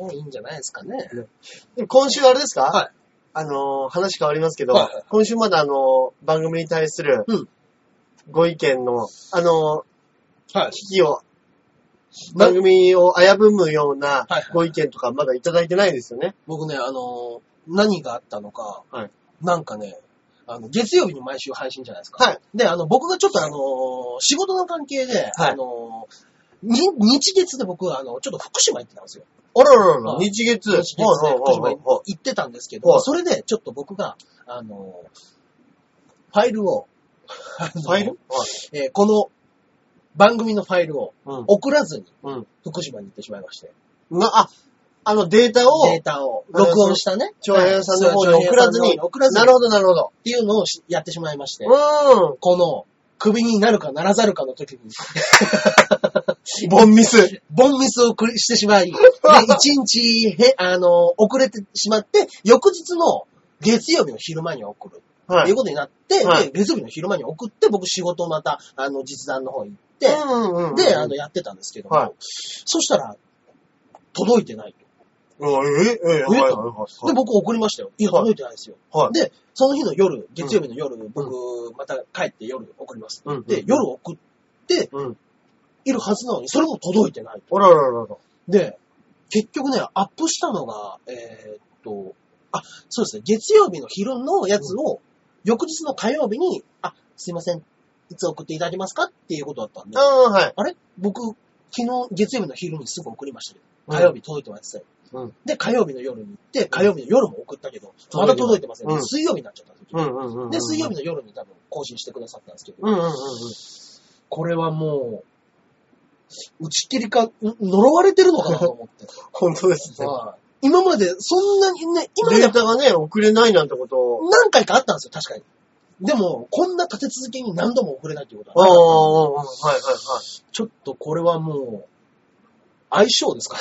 Speaker 2: い
Speaker 1: ねいいんじゃないですかね。
Speaker 2: で今週あれですか
Speaker 1: はい
Speaker 2: あのー話変わりますけど、
Speaker 1: はいはい
Speaker 2: 今週まだあのー番組に対する
Speaker 1: うん、
Speaker 2: ご意見の、あの
Speaker 1: はい
Speaker 2: ー。危機を、
Speaker 1: な
Speaker 2: 番組を危ぶむようない
Speaker 1: はい
Speaker 2: ご意見とかまだいただいてないですよね。
Speaker 1: 僕ね、あのー、何があったのか、
Speaker 2: はい
Speaker 1: なんかね、あの、月曜日に毎週配信じゃないですか。
Speaker 2: はい
Speaker 1: で、あの、僕がちょっとあのー、仕事の関係で、
Speaker 2: はい
Speaker 1: あのー、に日月で僕は、あの、ちょっと福島行ってたんですよ。
Speaker 2: あらららら、
Speaker 1: はい
Speaker 2: 日月。
Speaker 1: 日月で福島
Speaker 2: はいはいはいはい
Speaker 1: 行ってたんですけ
Speaker 2: は
Speaker 1: ど、
Speaker 2: い
Speaker 1: それでちょっと僕が、あのー、ファイルを、あのー
Speaker 2: ファイル
Speaker 1: えーこの番組のファイルを
Speaker 2: はい
Speaker 1: 送らずに
Speaker 2: うん。
Speaker 1: 福島に行ってしまいまして、
Speaker 2: うん。な、あ、あのデータを
Speaker 1: デー、タを録音したね、
Speaker 2: 長編さんの方に
Speaker 1: はい
Speaker 2: 送らずに
Speaker 1: 長編さんの方送ら、ずに
Speaker 2: なるほどなるほど。
Speaker 1: っていうのをしやってしまいまして、
Speaker 2: う
Speaker 1: この、クビになるかならざるかの 時に、
Speaker 2: ん。ボンミス。
Speaker 1: ボンミスをくりしてしま い、で、一日へ、あの、遅れてしまって、翌日の月曜日の昼間に送る。
Speaker 2: は
Speaker 1: という。ことになって、
Speaker 2: はい
Speaker 1: で、月曜日の昼間に送って、僕仕事また、あの、実弾の方に行って、
Speaker 2: うんうんうん。
Speaker 1: で、あの、やってたんですけども、
Speaker 2: はい
Speaker 1: そしたら、届いてないと。
Speaker 2: うん、え、え、え、はいはいはい。
Speaker 1: で、僕送りましたよ。いや、
Speaker 2: はい
Speaker 1: 届いてないですよ。
Speaker 2: はい
Speaker 1: で、その日の夜、月曜日の夜、僕、また帰って夜送ります。
Speaker 2: うん
Speaker 1: で、夜送って
Speaker 2: うん。
Speaker 1: いるはずなのに、それも届いてないと。
Speaker 2: あららららら。
Speaker 1: で、結局ね、アップしたのが、えーっと、あ、そうですね、月曜日の昼のやつを、翌日の火曜日に、あ、すいません、いつ送っていただけますかっていうことだったんで、
Speaker 2: ああ、はい。
Speaker 1: あれ僕、昨日、月曜日の昼にすぐ送りましたけ
Speaker 2: うん
Speaker 1: ど、火曜日届いてません。
Speaker 2: うん
Speaker 1: で、火曜日の夜に行って、火曜日の夜も送ったけど、まだ届いてません。
Speaker 2: うん
Speaker 1: 水曜日になっちゃったんですよ
Speaker 2: んうんう
Speaker 1: で、水曜日
Speaker 2: の。
Speaker 1: の夜に多分更新してくださったんですけど、
Speaker 2: うんうんうんうん。
Speaker 1: これはもう、打ち切りか、ん呪われてるのかなと思って。
Speaker 2: 本当ですね。
Speaker 1: はい今まで、そんなにね、今ま
Speaker 2: デ
Speaker 1: で
Speaker 2: ータがね、遅れないなんてこと。
Speaker 1: 何回かあったんですよ、確かに。でも、こんな立て続けに何度も送れないっていうこと
Speaker 2: ああ、
Speaker 1: はなかったんで
Speaker 2: はいはいはい。
Speaker 1: ちょっとこれはもう、相性ですか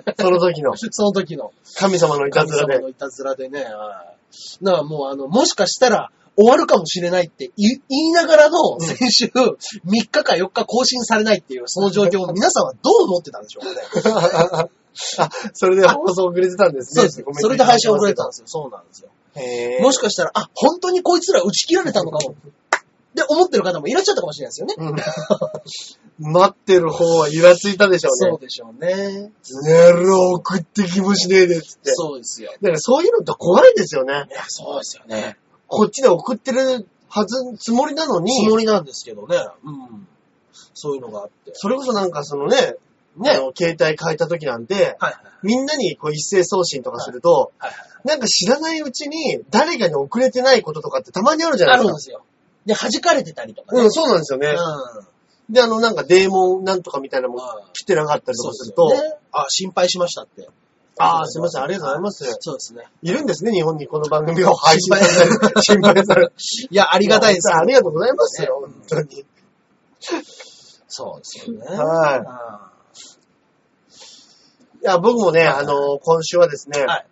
Speaker 1: ね。
Speaker 2: その時 の
Speaker 1: その時の。
Speaker 2: 神様のいたずら
Speaker 1: 神様
Speaker 2: で。
Speaker 1: のいたずらでね。はいだからもうあの、もしかしたら終わるかもしれないって言い言いながらの先週、3日か4日更新されないっていうその状況を皆さんはどう思ってたんでしょうかね。
Speaker 2: あ、それで放送遅れてたんです
Speaker 1: そ
Speaker 2: ね。
Speaker 1: うです。それで配信遅れたんですよ。そうなんですよ。
Speaker 2: へー
Speaker 1: もしかしたら、あ、本当にこいつら打ち切られたのかも。って思ってる方もいらっしゃったかもしれないですよね。
Speaker 2: うん待ってる方はイラついたでしょう
Speaker 1: そ
Speaker 2: ね
Speaker 1: う。でしょうね。
Speaker 2: やろ、送ってきもしねえで、つって。
Speaker 1: そうですよ。
Speaker 2: だからそういうのって怖いですよね。
Speaker 1: いや、そうですよね。
Speaker 2: こっちで送ってるはず、つもりなのに、
Speaker 1: つもりなんですけどね。うん。そういうのがあって。
Speaker 2: それこそなんかそのね、
Speaker 1: ね
Speaker 2: あの携帯変えた時なんて、
Speaker 1: はいはい
Speaker 2: みんなにこう一斉送信とかすると、
Speaker 1: はい
Speaker 2: なんか知らないうちに誰かに送れてないこととかってたまにあるじゃな
Speaker 1: あ
Speaker 2: いで
Speaker 1: るん
Speaker 2: す
Speaker 1: で
Speaker 2: か。
Speaker 1: すよ。で、弾かれてたりとかね。
Speaker 2: うん、そうなんですよね。
Speaker 1: うん
Speaker 2: で、あの、なんかデーモンなんとかみたいなのも
Speaker 1: ああ
Speaker 2: 来てなかったりと
Speaker 1: そう
Speaker 2: か
Speaker 1: ですす
Speaker 2: ると、
Speaker 1: よね。あ、心配しましたって。
Speaker 2: ああ、すいません、ありがとうございます。
Speaker 1: そうですね。
Speaker 2: いるんですね、日本にこの番組を配信され る。心配される。
Speaker 1: いや、ありがたいです。
Speaker 2: ありがとうございますよ、本当に。
Speaker 1: そうですよね。
Speaker 2: はい
Speaker 1: あ
Speaker 2: いや、僕もね、あの、今週はですね、
Speaker 1: はい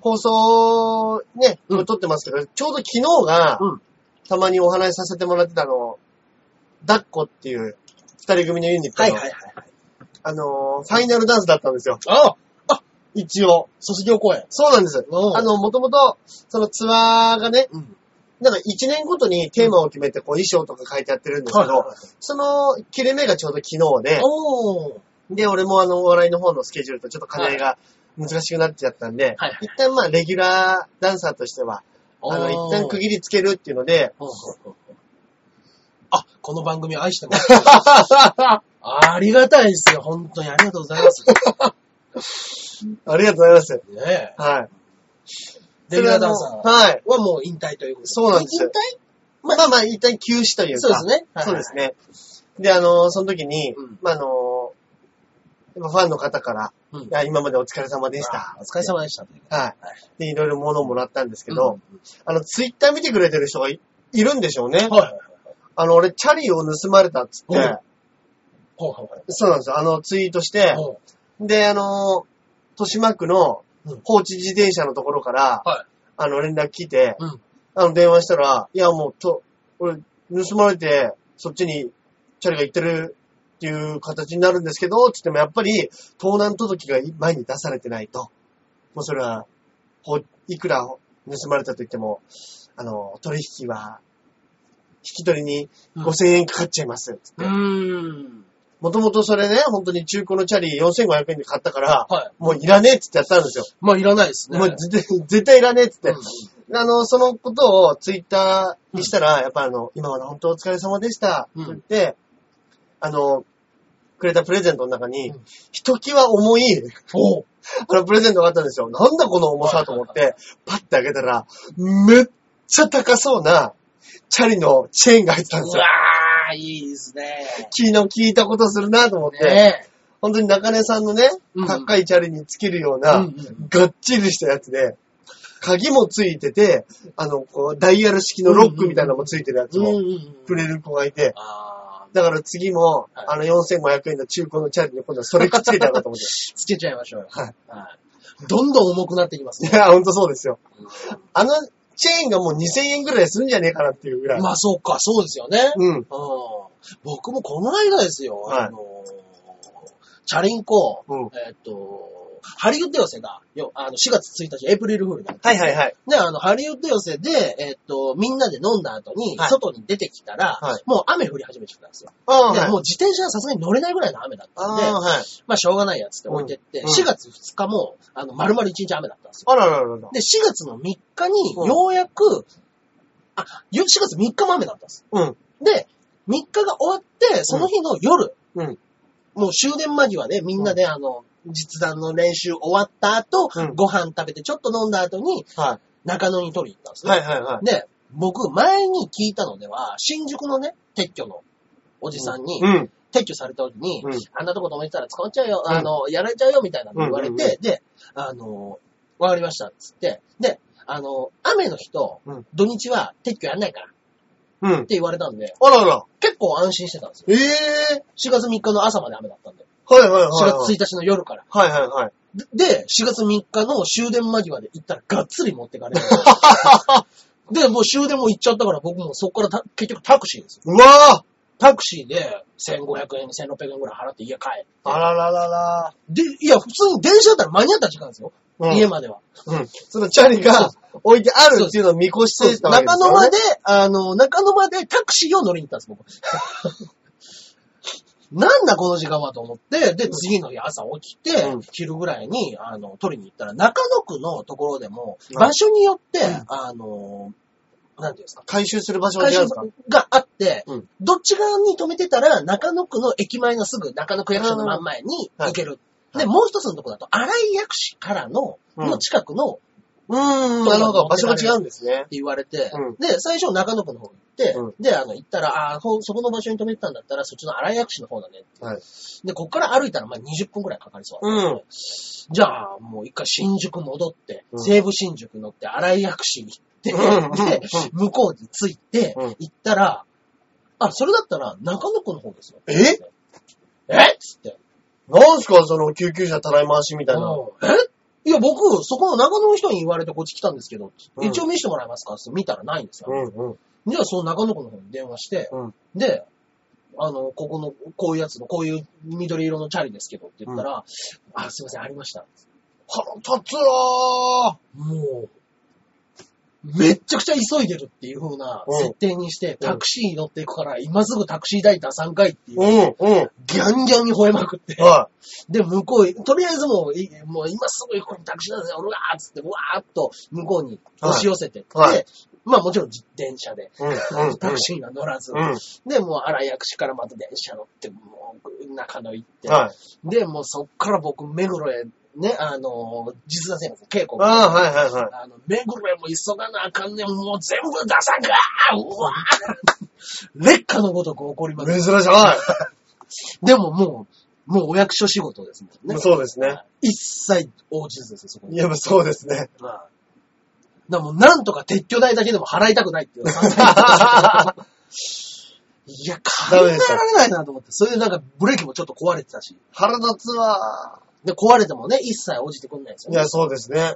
Speaker 2: 放送、ね、
Speaker 1: うん
Speaker 2: 撮ってますけど、ちょうど昨日が、
Speaker 1: うん
Speaker 2: たまにお話しさせてもらってたあの、ダッコっていう、二人組のユニッ
Speaker 1: ー
Speaker 2: ト
Speaker 1: は
Speaker 2: の、
Speaker 1: いはいはいはい。
Speaker 2: あの、ファイナルダンスだったんですよ。
Speaker 1: あ
Speaker 2: 一応。
Speaker 1: 卒業公演。
Speaker 2: そうなんです。
Speaker 1: うん
Speaker 2: あの、もともと、そのツアーがね、
Speaker 1: うん。
Speaker 2: なんか一年ごとにテーマを決めて、こう、衣装とか書いてやってるんですけど、その切れ目がちょうど昨日で、
Speaker 1: おー。
Speaker 2: で、俺もあの、お笑いの方のスケジュールとちょっと兼ね合いが難しくなっちゃったんで、
Speaker 1: はいはい
Speaker 2: 一旦まあ、レギュラーダンサーとしては、あの、一旦区切りつけるっていうので、
Speaker 1: ほうほうほうほうあ、この番組愛してます。ありがたいですよ。本当にありがとうござい ます。
Speaker 2: ありがとうございます。
Speaker 1: ねえ。
Speaker 2: はい。
Speaker 1: レギュラーダンサー
Speaker 2: それはあのはい。
Speaker 1: はもう引退ということで。
Speaker 2: そうなんですよ
Speaker 1: 引
Speaker 2: まあまあまあ、一旦休止とい
Speaker 1: 退
Speaker 2: うか。
Speaker 1: そうですね。
Speaker 2: そうですね。で、あの、その時に、
Speaker 1: うん
Speaker 2: まあ、あの、やっぱファンの方から、
Speaker 1: うん
Speaker 2: いや今までお疲れ様でし
Speaker 1: あ
Speaker 2: た。
Speaker 1: お疲れ様でした。
Speaker 2: はい。で、いろいろ物をもらったんですけど、
Speaker 1: うん
Speaker 2: あの、ツイッター見てくれてる人がいいるんでしょうね。
Speaker 1: はい。
Speaker 2: あの、俺、チャリを盗まれたっつって、
Speaker 1: うんほうほうほう
Speaker 2: そうなんですよ。あの、ツイートして、
Speaker 1: ほ
Speaker 2: で、あの、豊島区の
Speaker 1: うん
Speaker 2: 放置自転車のところから、
Speaker 1: はい
Speaker 2: あの、連絡来て、
Speaker 1: う。うん。
Speaker 2: あの、電話したら、いや、もう、と、俺、盗まれて、そっちに、チャリが行ってるっていう形になるんですけど、つってもやっぱり、盗難届が前に出されてないと。もうそれは、ほ、いくら盗まれたと言っても、あの、取引は、引き取りに5000円かかっちゃいます。つって
Speaker 1: うーん。
Speaker 2: もともとそれね、本当に中古のチャリ4500円で買ったから、
Speaker 1: はい。
Speaker 2: もういらねえっつってやったんですよ。
Speaker 1: まあ、いらないですね。
Speaker 2: もう絶対絶対いらねえっつって
Speaker 1: うん。
Speaker 2: あの、そのことをツイッターにしたら、やっぱあの、今まで本当お疲れ様でした。
Speaker 1: うん
Speaker 2: って言って、あの、くれたプレゼントの中に、
Speaker 1: うん
Speaker 2: ひときわ重い、
Speaker 1: おう
Speaker 2: あの、プレゼントがあったんですよ。なんだこの重さと思って、パッて開けたら、めっちゃ高そうな、チャリのチェーンが入ってたんです
Speaker 1: う
Speaker 2: よ
Speaker 1: わ。ー、いいですね。
Speaker 2: 昨日聞いたことするなと思って、
Speaker 1: ねえ。
Speaker 2: 本当に中根さんのね
Speaker 1: うん、
Speaker 2: 高いチャリにつけるような、
Speaker 1: うんうん
Speaker 2: がっちりしたやつで、鍵もついてて、あの、こう、ダイヤル式のロックみたいなのもついてるやつ
Speaker 1: うん
Speaker 2: も
Speaker 1: うん
Speaker 2: くれる子がいて、
Speaker 1: あー
Speaker 2: だから次も、
Speaker 1: はい
Speaker 2: あの4500円の中古のチャリに今度はそれくっつけたなと思って。
Speaker 1: つけちゃいましょうよ。
Speaker 2: はい
Speaker 1: い。どんどん重くなってきます
Speaker 2: い
Speaker 1: ね。
Speaker 2: や、ほんとそうですよ。あのチェーンがもう2000円ぐらいするんじゃねえかなっていうぐらい。
Speaker 1: まあ、そうか、そうですよね。
Speaker 2: うん。
Speaker 1: うん。僕もこの間ですよ。
Speaker 2: はい
Speaker 1: あのー、チャリンコ、
Speaker 2: うん
Speaker 1: えーっと、ハリウッド寄せが、よあの4月1日、エイプリルフールだ。
Speaker 2: はいはいはい。
Speaker 1: ね、あの、ハリウッド寄せで、えーっと、みんなで飲んだ後に、
Speaker 2: はい
Speaker 1: 外に出てきたら、
Speaker 2: はい
Speaker 1: もう雨降り始めちゃったんですよ。
Speaker 2: ああ、
Speaker 1: で、も
Speaker 2: は
Speaker 1: う
Speaker 2: い。
Speaker 1: 自転車はさすがに乗れないぐらいの雨だったんで、
Speaker 2: ああ、はい。
Speaker 1: まあしょうがないやつって置いてって、
Speaker 2: うん
Speaker 1: 4月2日も、あの、丸々1日雨だったんですよ。
Speaker 2: あらららら。
Speaker 1: で、4月の3日に、
Speaker 2: うん
Speaker 1: ようやく、あ、よ4月3日も雨だったんです。
Speaker 2: うん。
Speaker 1: で、3日が終わって、その日の夜、
Speaker 2: うん。
Speaker 1: もう終電間際でみんなで、あの、実弾の練習終わった後、
Speaker 2: うん
Speaker 1: ご飯食べてちょっと飲んだ後に、
Speaker 2: は
Speaker 1: 中野に取りに行ったんです
Speaker 2: い。
Speaker 1: ね。
Speaker 2: はいはいはい。
Speaker 1: で、僕、前に聞いたのでは、新宿のね、撤去のおじさんに、
Speaker 2: うん。
Speaker 1: 撤去された時に、
Speaker 2: うん
Speaker 1: あんなとこ止めてたら使っちゃうよ、
Speaker 2: うん
Speaker 1: あの、やられちゃうよ、みたいなの言われて、
Speaker 2: うんうんう
Speaker 1: で、あの、わかりました、つって。で、あの、雨の日と
Speaker 2: うん、
Speaker 1: 土日は撤去やんないから、って
Speaker 2: うん。
Speaker 1: 言われたんで、
Speaker 2: あらら。
Speaker 1: 結構安心してたんですよ。
Speaker 2: ええ
Speaker 1: 4月3日の朝まで雨だったんで。
Speaker 2: はいはいはい
Speaker 1: 4
Speaker 2: はい。
Speaker 1: 月1日の夜から。
Speaker 2: はいはいはい。
Speaker 1: で、で4月3日の終電間際で行ったらがっつり持ってか れる。で、もう終電も行っちゃったから僕もそこからた結局タクシーですよ。
Speaker 2: うわ
Speaker 1: タクシーで1500円、1600円ぐらい払って家帰って
Speaker 2: ーあらららら。
Speaker 1: で、いや、普通に電車だったら間に合った時間ですよ。
Speaker 2: うん
Speaker 1: 家までは。
Speaker 2: うん。そのチャリが置いてあるっていうのを見越してたわけで
Speaker 1: 中
Speaker 2: す
Speaker 1: 野
Speaker 2: か
Speaker 1: ま
Speaker 2: らね
Speaker 1: で、あの、中野までタクシーを乗りに行ったんです、僕。 なんだこの時間はと思って、で、次の日朝起きて、
Speaker 2: うん
Speaker 1: 昼ぐらいに、あの、取りに行ったら、中野区のところでも
Speaker 2: う、ん
Speaker 1: 場所によって、あの、なんていうんですか、
Speaker 2: 回収する場所が違
Speaker 1: 会
Speaker 2: うん
Speaker 1: 社
Speaker 2: ですか
Speaker 1: があって、
Speaker 2: うん
Speaker 1: どっち側に止めてたら、中野区の駅前のすぐ中野区役所の真ん前に
Speaker 2: うんは
Speaker 1: 行
Speaker 2: い
Speaker 1: ける。
Speaker 2: はい
Speaker 1: で、もう一つのとこだと、荒井役所からの、
Speaker 2: うん
Speaker 1: の近くのって
Speaker 2: うーん、なるほど。場所が違うんですね。
Speaker 1: 言われて、
Speaker 2: うん
Speaker 1: で、最初中野区の方行って、
Speaker 2: うん
Speaker 1: で、あの、行ったら、あーこうそこの場所に止めてたんだったら、そっちの荒井役所の方だね。
Speaker 2: はい
Speaker 1: で、こっから歩いたら、まあ、20分くらいかかりそう。
Speaker 2: うん。
Speaker 1: じゃあ、もう一回新宿戻って、
Speaker 2: うん
Speaker 1: 西武新宿乗って、荒井薬師に
Speaker 2: うん
Speaker 1: 行って、
Speaker 2: うん
Speaker 1: で、向こうに着いて、
Speaker 2: うん
Speaker 1: 行ったら、あ、それだったら中野区の方ですよ。
Speaker 2: え
Speaker 1: えっつって。
Speaker 2: なんすかその救急車たらい回しみたいな。
Speaker 1: うんえいや、僕、そこの中野の人に言われてこっち来たんですけど、
Speaker 2: うん
Speaker 1: 一応見せてもらえますかって見たらないんですよ。
Speaker 2: うんうん。
Speaker 1: じゃあ、その中野区の方に電話して、
Speaker 2: うん
Speaker 1: で、あの、ここの、こういうやつの、こういう緑色のチャリですけどって言ったら、あ、すいません、ありました。
Speaker 2: 腹立つわ
Speaker 1: もう、めっちゃくちゃ急いでるっていう風な
Speaker 2: うん
Speaker 1: 設定にして、
Speaker 2: うん
Speaker 1: タクシーに乗っていくから、今すぐタクシー代出さんかいっていう
Speaker 2: ー。、うんうん。
Speaker 1: ギャンギャンに吠えまくって、
Speaker 2: は
Speaker 1: で、向こうへ、とりあえずもう、いもう今すぐ行くタクシーだぜ、俺はーっつって、うわーっと向こうに押し寄せてって、
Speaker 2: はいはい
Speaker 1: まあもちろん自転車で、
Speaker 2: い。うんうん。
Speaker 1: タクシーには乗らず、
Speaker 2: う
Speaker 1: で、もう荒井薬師からまた電車乗って、もう中野行って、
Speaker 2: ん。はい。
Speaker 1: で、もうそっから僕、目黒へ、ね、あの、実弾戦の稽古
Speaker 2: ああ、はいはいはい。
Speaker 1: あの、目黒へも急がなあかんねん、もう全部出さんかうわ ー劣化のごとく怒りま
Speaker 2: 珍
Speaker 1: す。
Speaker 2: しい。は
Speaker 1: でももう、もうお役所仕事ですもん
Speaker 2: い。
Speaker 1: ね。
Speaker 2: そうです ね。
Speaker 1: 一切応じずですよ、そこ
Speaker 2: い
Speaker 1: に。
Speaker 2: や、そうです ね。
Speaker 1: まあだからもうなんとか撤去代だけでも払いたくない っていう。いや、考えられないなと思って。それでなんかブレーキもちょっと壊れてたし。
Speaker 2: 腹立つわ
Speaker 1: で、壊れてもね、一切応じてくんないんです
Speaker 2: ー。
Speaker 1: よ
Speaker 2: い
Speaker 1: ね、
Speaker 2: や、そうですね。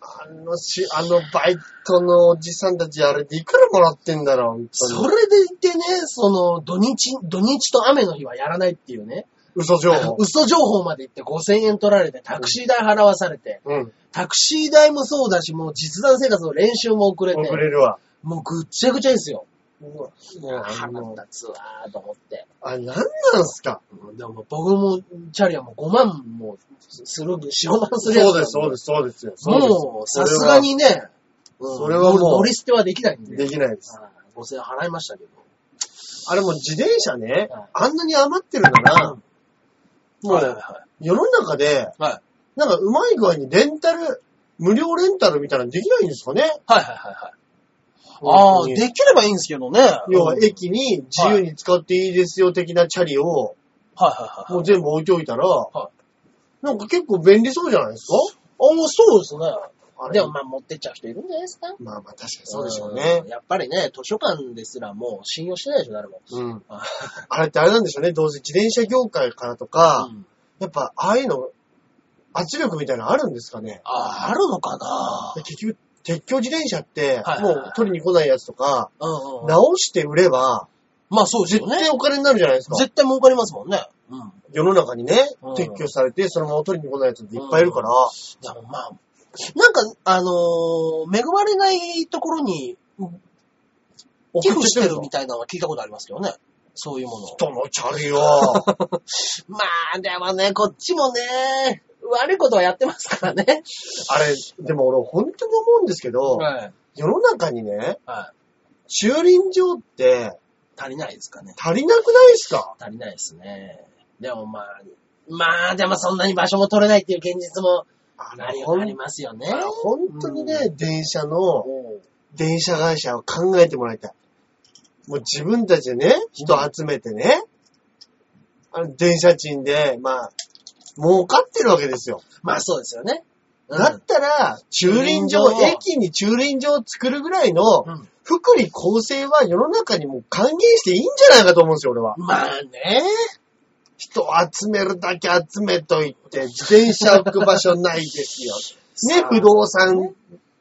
Speaker 2: あのし、あのバイトのおじさんたち、あれでいくらもらってんだろう、本当
Speaker 1: そ
Speaker 2: に。
Speaker 1: れでいてね、その、土日、土日と雨の日はやらないっていうね。
Speaker 2: 嘘情報。
Speaker 1: 嘘情報まで言って5000円取られて、タクシー代払わされて、
Speaker 2: うん。
Speaker 1: タクシー代もそうだし、もう実弾生活の練習も遅れて、
Speaker 2: 遅れるわ。
Speaker 1: もうぐっちゃぐちゃですよ。
Speaker 2: うわ。あ
Speaker 1: 腹
Speaker 2: の、
Speaker 1: 立つわーと思って。
Speaker 2: あれ、なんなんすか
Speaker 1: でももう僕も、チャリはもう5万もする、4、5万するやつ。
Speaker 2: そうです、そうですす、そうですよ。そうです
Speaker 1: もう、さすが。にね、うん
Speaker 2: それはもう
Speaker 1: 乗り捨てはできないん
Speaker 2: そ
Speaker 1: で。
Speaker 2: れはできないです。
Speaker 1: はい5000円払いましたけど。
Speaker 2: あれもう自転車ね
Speaker 1: はい、
Speaker 2: あんなに余ってるな ら、も、
Speaker 1: はいはいう
Speaker 2: 世の中で、
Speaker 1: はい。はい
Speaker 2: なんかうまい具合にレンタル、無料レンタルみたいなのできないんですかね
Speaker 1: はいはいはい。ああ、
Speaker 2: 本当
Speaker 1: で
Speaker 2: に
Speaker 1: きればいいんですけどね。
Speaker 2: 要は駅に自由に使っていいですよ的なチャリを
Speaker 1: はいはいはい
Speaker 2: も
Speaker 1: は
Speaker 2: う
Speaker 1: い。
Speaker 2: 全部置いておいたら、なんか結構便利そうじゃないです
Speaker 1: ああ、そうですね。
Speaker 2: かあ
Speaker 1: で
Speaker 2: れ
Speaker 1: もまあ持ってっちゃう人いるんじゃないですか
Speaker 2: まあまあ確かにそうでしょうね
Speaker 1: ん。やっぱりね、図書館ですらもう信用してないでしょ、誰も。
Speaker 2: うん
Speaker 1: あ
Speaker 2: あれってあれなんでしょうね。どうせ自転車業界からとか、
Speaker 1: うん
Speaker 2: やっぱああいうの、圧力みたいなのあるんですかね
Speaker 1: あ、あるのかな
Speaker 2: で結局、鉄橋自転車って
Speaker 1: はい、
Speaker 2: もう取りに来ないやつとか、
Speaker 1: うんうん。
Speaker 2: 直して売れば、
Speaker 1: まあそうです
Speaker 2: 絶
Speaker 1: よね
Speaker 2: 対。お金になるじゃないですか。
Speaker 1: 絶対儲かりますもんね。うん。
Speaker 2: 世の中にね
Speaker 1: うん、
Speaker 2: 撤去されて、そのまま取りに来ないやつっていっぱいいるから、
Speaker 1: でもまあ、なんか、あのー恵まれないところに寄付してるみたいなのは聞いたことありますけどね。そういうものを。
Speaker 2: 人のチャ リよ。
Speaker 1: まあ、でもね、こっちもね、悪いことはやってますからね。
Speaker 2: あれ、でも俺本当に思うんですけど、
Speaker 1: はい。
Speaker 2: 世の中にね、
Speaker 1: はい。
Speaker 2: 駐輪場って
Speaker 1: 足りないですかね。
Speaker 2: 足りなくないですか
Speaker 1: 足りないですね。でもまあ、まあ、でもそんなに場所も取れないっていう現実も
Speaker 2: あ
Speaker 1: あり
Speaker 2: ほん
Speaker 1: ありますよね
Speaker 2: あ。れ本当にね、
Speaker 1: う
Speaker 2: 電車の、
Speaker 1: うん
Speaker 2: 電車会社を考えてもらいたい。もう自分たちでね、人集めてね、あの電車賃で、まあ、儲かってるわけですよ。
Speaker 1: まあそうですよね。うん
Speaker 2: だったら、駐輪場、
Speaker 1: 駐輪場
Speaker 2: 駅に駐輪場を作るぐらいの
Speaker 1: うん、
Speaker 2: 福利厚生は世の中にもう還元していいんじゃないかと思うんですよ、俺は。
Speaker 1: まあね。
Speaker 2: 人を集めるだけ集めといて、自転車置く場所ないで すよ。ね、不動産、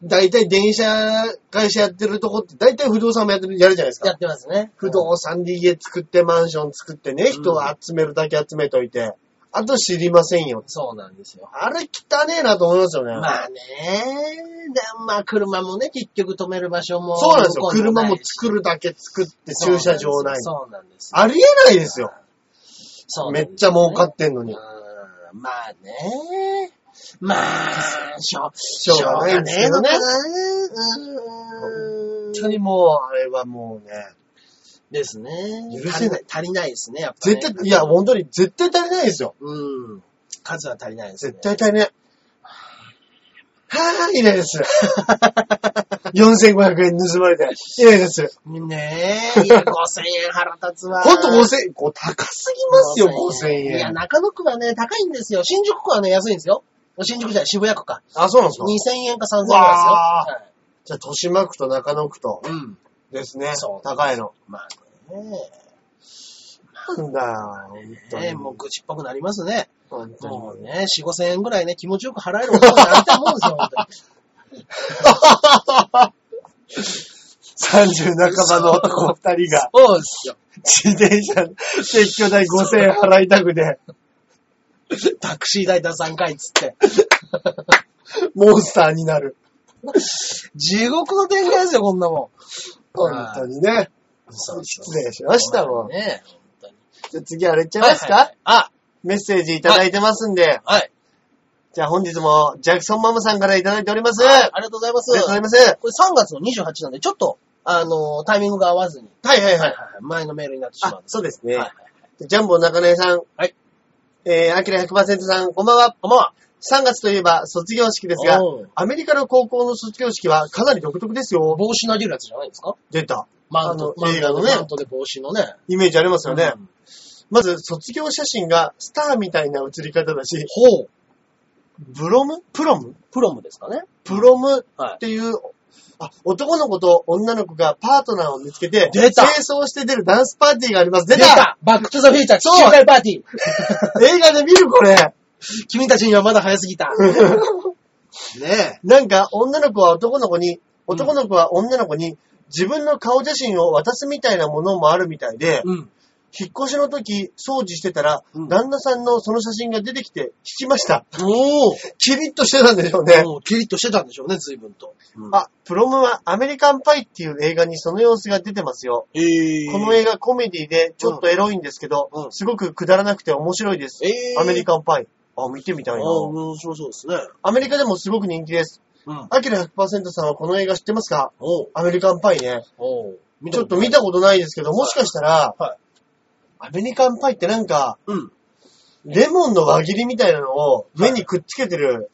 Speaker 2: 大体電車会社やってるとこって、大体不動産もやってる、やるじゃないです
Speaker 1: や
Speaker 2: か
Speaker 1: っ。てますね。
Speaker 2: 不動産で家作ってマンション作ってね、人を集めるだけ集めといて、あと知りませんよ。
Speaker 1: そうなんですよ。
Speaker 2: あれ汚ねえなと思いますよね。
Speaker 1: まあね、でまあ車もね、結局止める場所も。
Speaker 2: そうなんですよ。
Speaker 1: 向こうに
Speaker 2: 車
Speaker 1: ない
Speaker 2: も
Speaker 1: し
Speaker 2: 作るだけ作って駐車場ない。
Speaker 1: そうなんですよ。
Speaker 2: ありえないですよ。
Speaker 1: そうな
Speaker 2: め
Speaker 1: んですよ
Speaker 2: っちゃ儲かってんのに。
Speaker 1: うんまあね。まあ、しょ、し
Speaker 2: ょ
Speaker 1: ょ
Speaker 2: う
Speaker 1: う
Speaker 2: が
Speaker 1: が
Speaker 2: ないんで
Speaker 1: ね
Speaker 2: すけ
Speaker 1: え
Speaker 2: ど
Speaker 1: の
Speaker 2: ね
Speaker 1: かな。う
Speaker 2: 本
Speaker 1: ー
Speaker 2: 当
Speaker 1: ん
Speaker 2: にもう、あれはもうね、
Speaker 1: ですね。
Speaker 2: 許せない。
Speaker 1: 足りないですね、やっぱね。
Speaker 2: 絶対、いや、本当に絶対足りないですよ。
Speaker 1: うん。数は足りないですね。
Speaker 2: 絶対足りない。はぁ、イライラ する。4500円盗まれて、イライラする。
Speaker 1: ねえ、いや、5000円腹立つわ。
Speaker 2: ほんと5000円、こう高すぎますよ、5000
Speaker 1: いや、
Speaker 2: 円。
Speaker 1: 中野区はね、高いんですよ。新宿区はね、安いんですよ。新宿じゃない、渋谷区か。
Speaker 2: あ、そうなんですか
Speaker 1: 2000円か3000円ぐ
Speaker 2: わ
Speaker 1: らい
Speaker 2: じゃあ、豊島区と中野区と
Speaker 1: ですよ。はい。うん。
Speaker 2: ですね。
Speaker 1: そう
Speaker 2: 高いの。
Speaker 1: まあね。
Speaker 2: なんだよ、ほんと
Speaker 1: ねえ、
Speaker 2: に。
Speaker 1: もう愚痴っぽくなりますね。
Speaker 2: 本当に
Speaker 1: もうね、4、5千円ぐらいね、気持ちよく払える男になりたいもんです よ、本当に。
Speaker 2: 30半ばの男2人が、
Speaker 1: そうですよ。
Speaker 2: 自転車、撤去代5000円払いたくて、
Speaker 1: タクシー代出さんかいっつって。
Speaker 2: モンスターになる。
Speaker 1: 地獄の展開ですよ、こんなも
Speaker 2: 本当にね。
Speaker 1: ん。そう
Speaker 2: 失礼しましたもん。
Speaker 1: ねえ、本当に。
Speaker 2: じゃあ次あれいっちゃいますか、
Speaker 1: はいはいあ、
Speaker 2: メッセージいただいてますんで、
Speaker 1: はい。
Speaker 2: じゃあ本日もジャクソンママさんからいただいております。
Speaker 1: はい
Speaker 2: あ
Speaker 1: ありがとうございます。
Speaker 2: りがとうございます。
Speaker 1: これ3月の28なんで、ちょっと、あのータイミングが合わずに、
Speaker 2: はいはい
Speaker 1: は
Speaker 2: はい
Speaker 1: はい
Speaker 2: い。
Speaker 1: はい、前のメールになってしま
Speaker 2: あ
Speaker 1: うん、です。
Speaker 2: そうですね。
Speaker 1: はいはい
Speaker 2: ジャンボ中根さん。
Speaker 1: はい。
Speaker 2: えー、アキラ100%さん、こんばんは。
Speaker 1: こんばんは。
Speaker 2: 3月といえば卒業式ですが
Speaker 1: おう、
Speaker 2: アメリカの高校の卒業式はかなり独特ですよ。
Speaker 1: 帽子投げるやつじゃないんですか
Speaker 2: 出た。
Speaker 1: マント、
Speaker 2: あの映画のね
Speaker 1: マントで帽子のね。
Speaker 2: イメージありますよね。
Speaker 1: うん
Speaker 2: まず、卒業写真がスターみたいな写り方だし、
Speaker 1: ほう。
Speaker 2: ブロムプロム
Speaker 1: プロムですかね。
Speaker 2: プロム
Speaker 1: は
Speaker 2: っ
Speaker 1: い。
Speaker 2: ていう、あ、男の子と女の子がパートナーを見つけて、
Speaker 1: 出た
Speaker 2: 清掃して出るダンスパーティーがあります。出た
Speaker 1: バックトゥザフューチャー、
Speaker 2: そう
Speaker 1: 周回パーティー。
Speaker 2: 映画で見るこれ
Speaker 1: 君たちにはまだ早すぎた。ねえ。
Speaker 2: なんか、女の子は男の子に、男の子は女の子に、自分の顔写真を渡すみたいなものもあるみたいで、
Speaker 1: うん。
Speaker 2: 引っ越しの時、掃除してたら、
Speaker 1: うん
Speaker 2: 旦那さんのその写真が出てきて、聞きました。
Speaker 1: おー。
Speaker 2: キリッとしてたんでしょうね。
Speaker 1: もうキリッとしてたんでしょうね、随分と。うん、
Speaker 2: あ、プロムはアメリカンパイっていう映画にその様子が出てますよ。
Speaker 1: えー、
Speaker 2: この映画コメディでちょっとエロいんですけど、
Speaker 1: うん
Speaker 2: すごくくだらなくて面白いです。
Speaker 1: えー、
Speaker 2: アメリカンパイ。あ、見てみた
Speaker 1: あ
Speaker 2: い
Speaker 1: あ、
Speaker 2: な。
Speaker 1: 面白そうですね。
Speaker 2: アメリカでもすごく人気です。
Speaker 1: うん。
Speaker 2: アキラ100%さんはこの映画知ってますか
Speaker 1: おう。
Speaker 2: アメリカンパイね。
Speaker 1: おう。見
Speaker 2: ち
Speaker 1: た
Speaker 2: ょっ
Speaker 1: こと
Speaker 2: 見たことないですけど、もしかしたら、
Speaker 1: はい
Speaker 2: アメリカンパイってなんか、
Speaker 1: うん。
Speaker 2: レモンの輪切りみたいなのを目にくっつけてる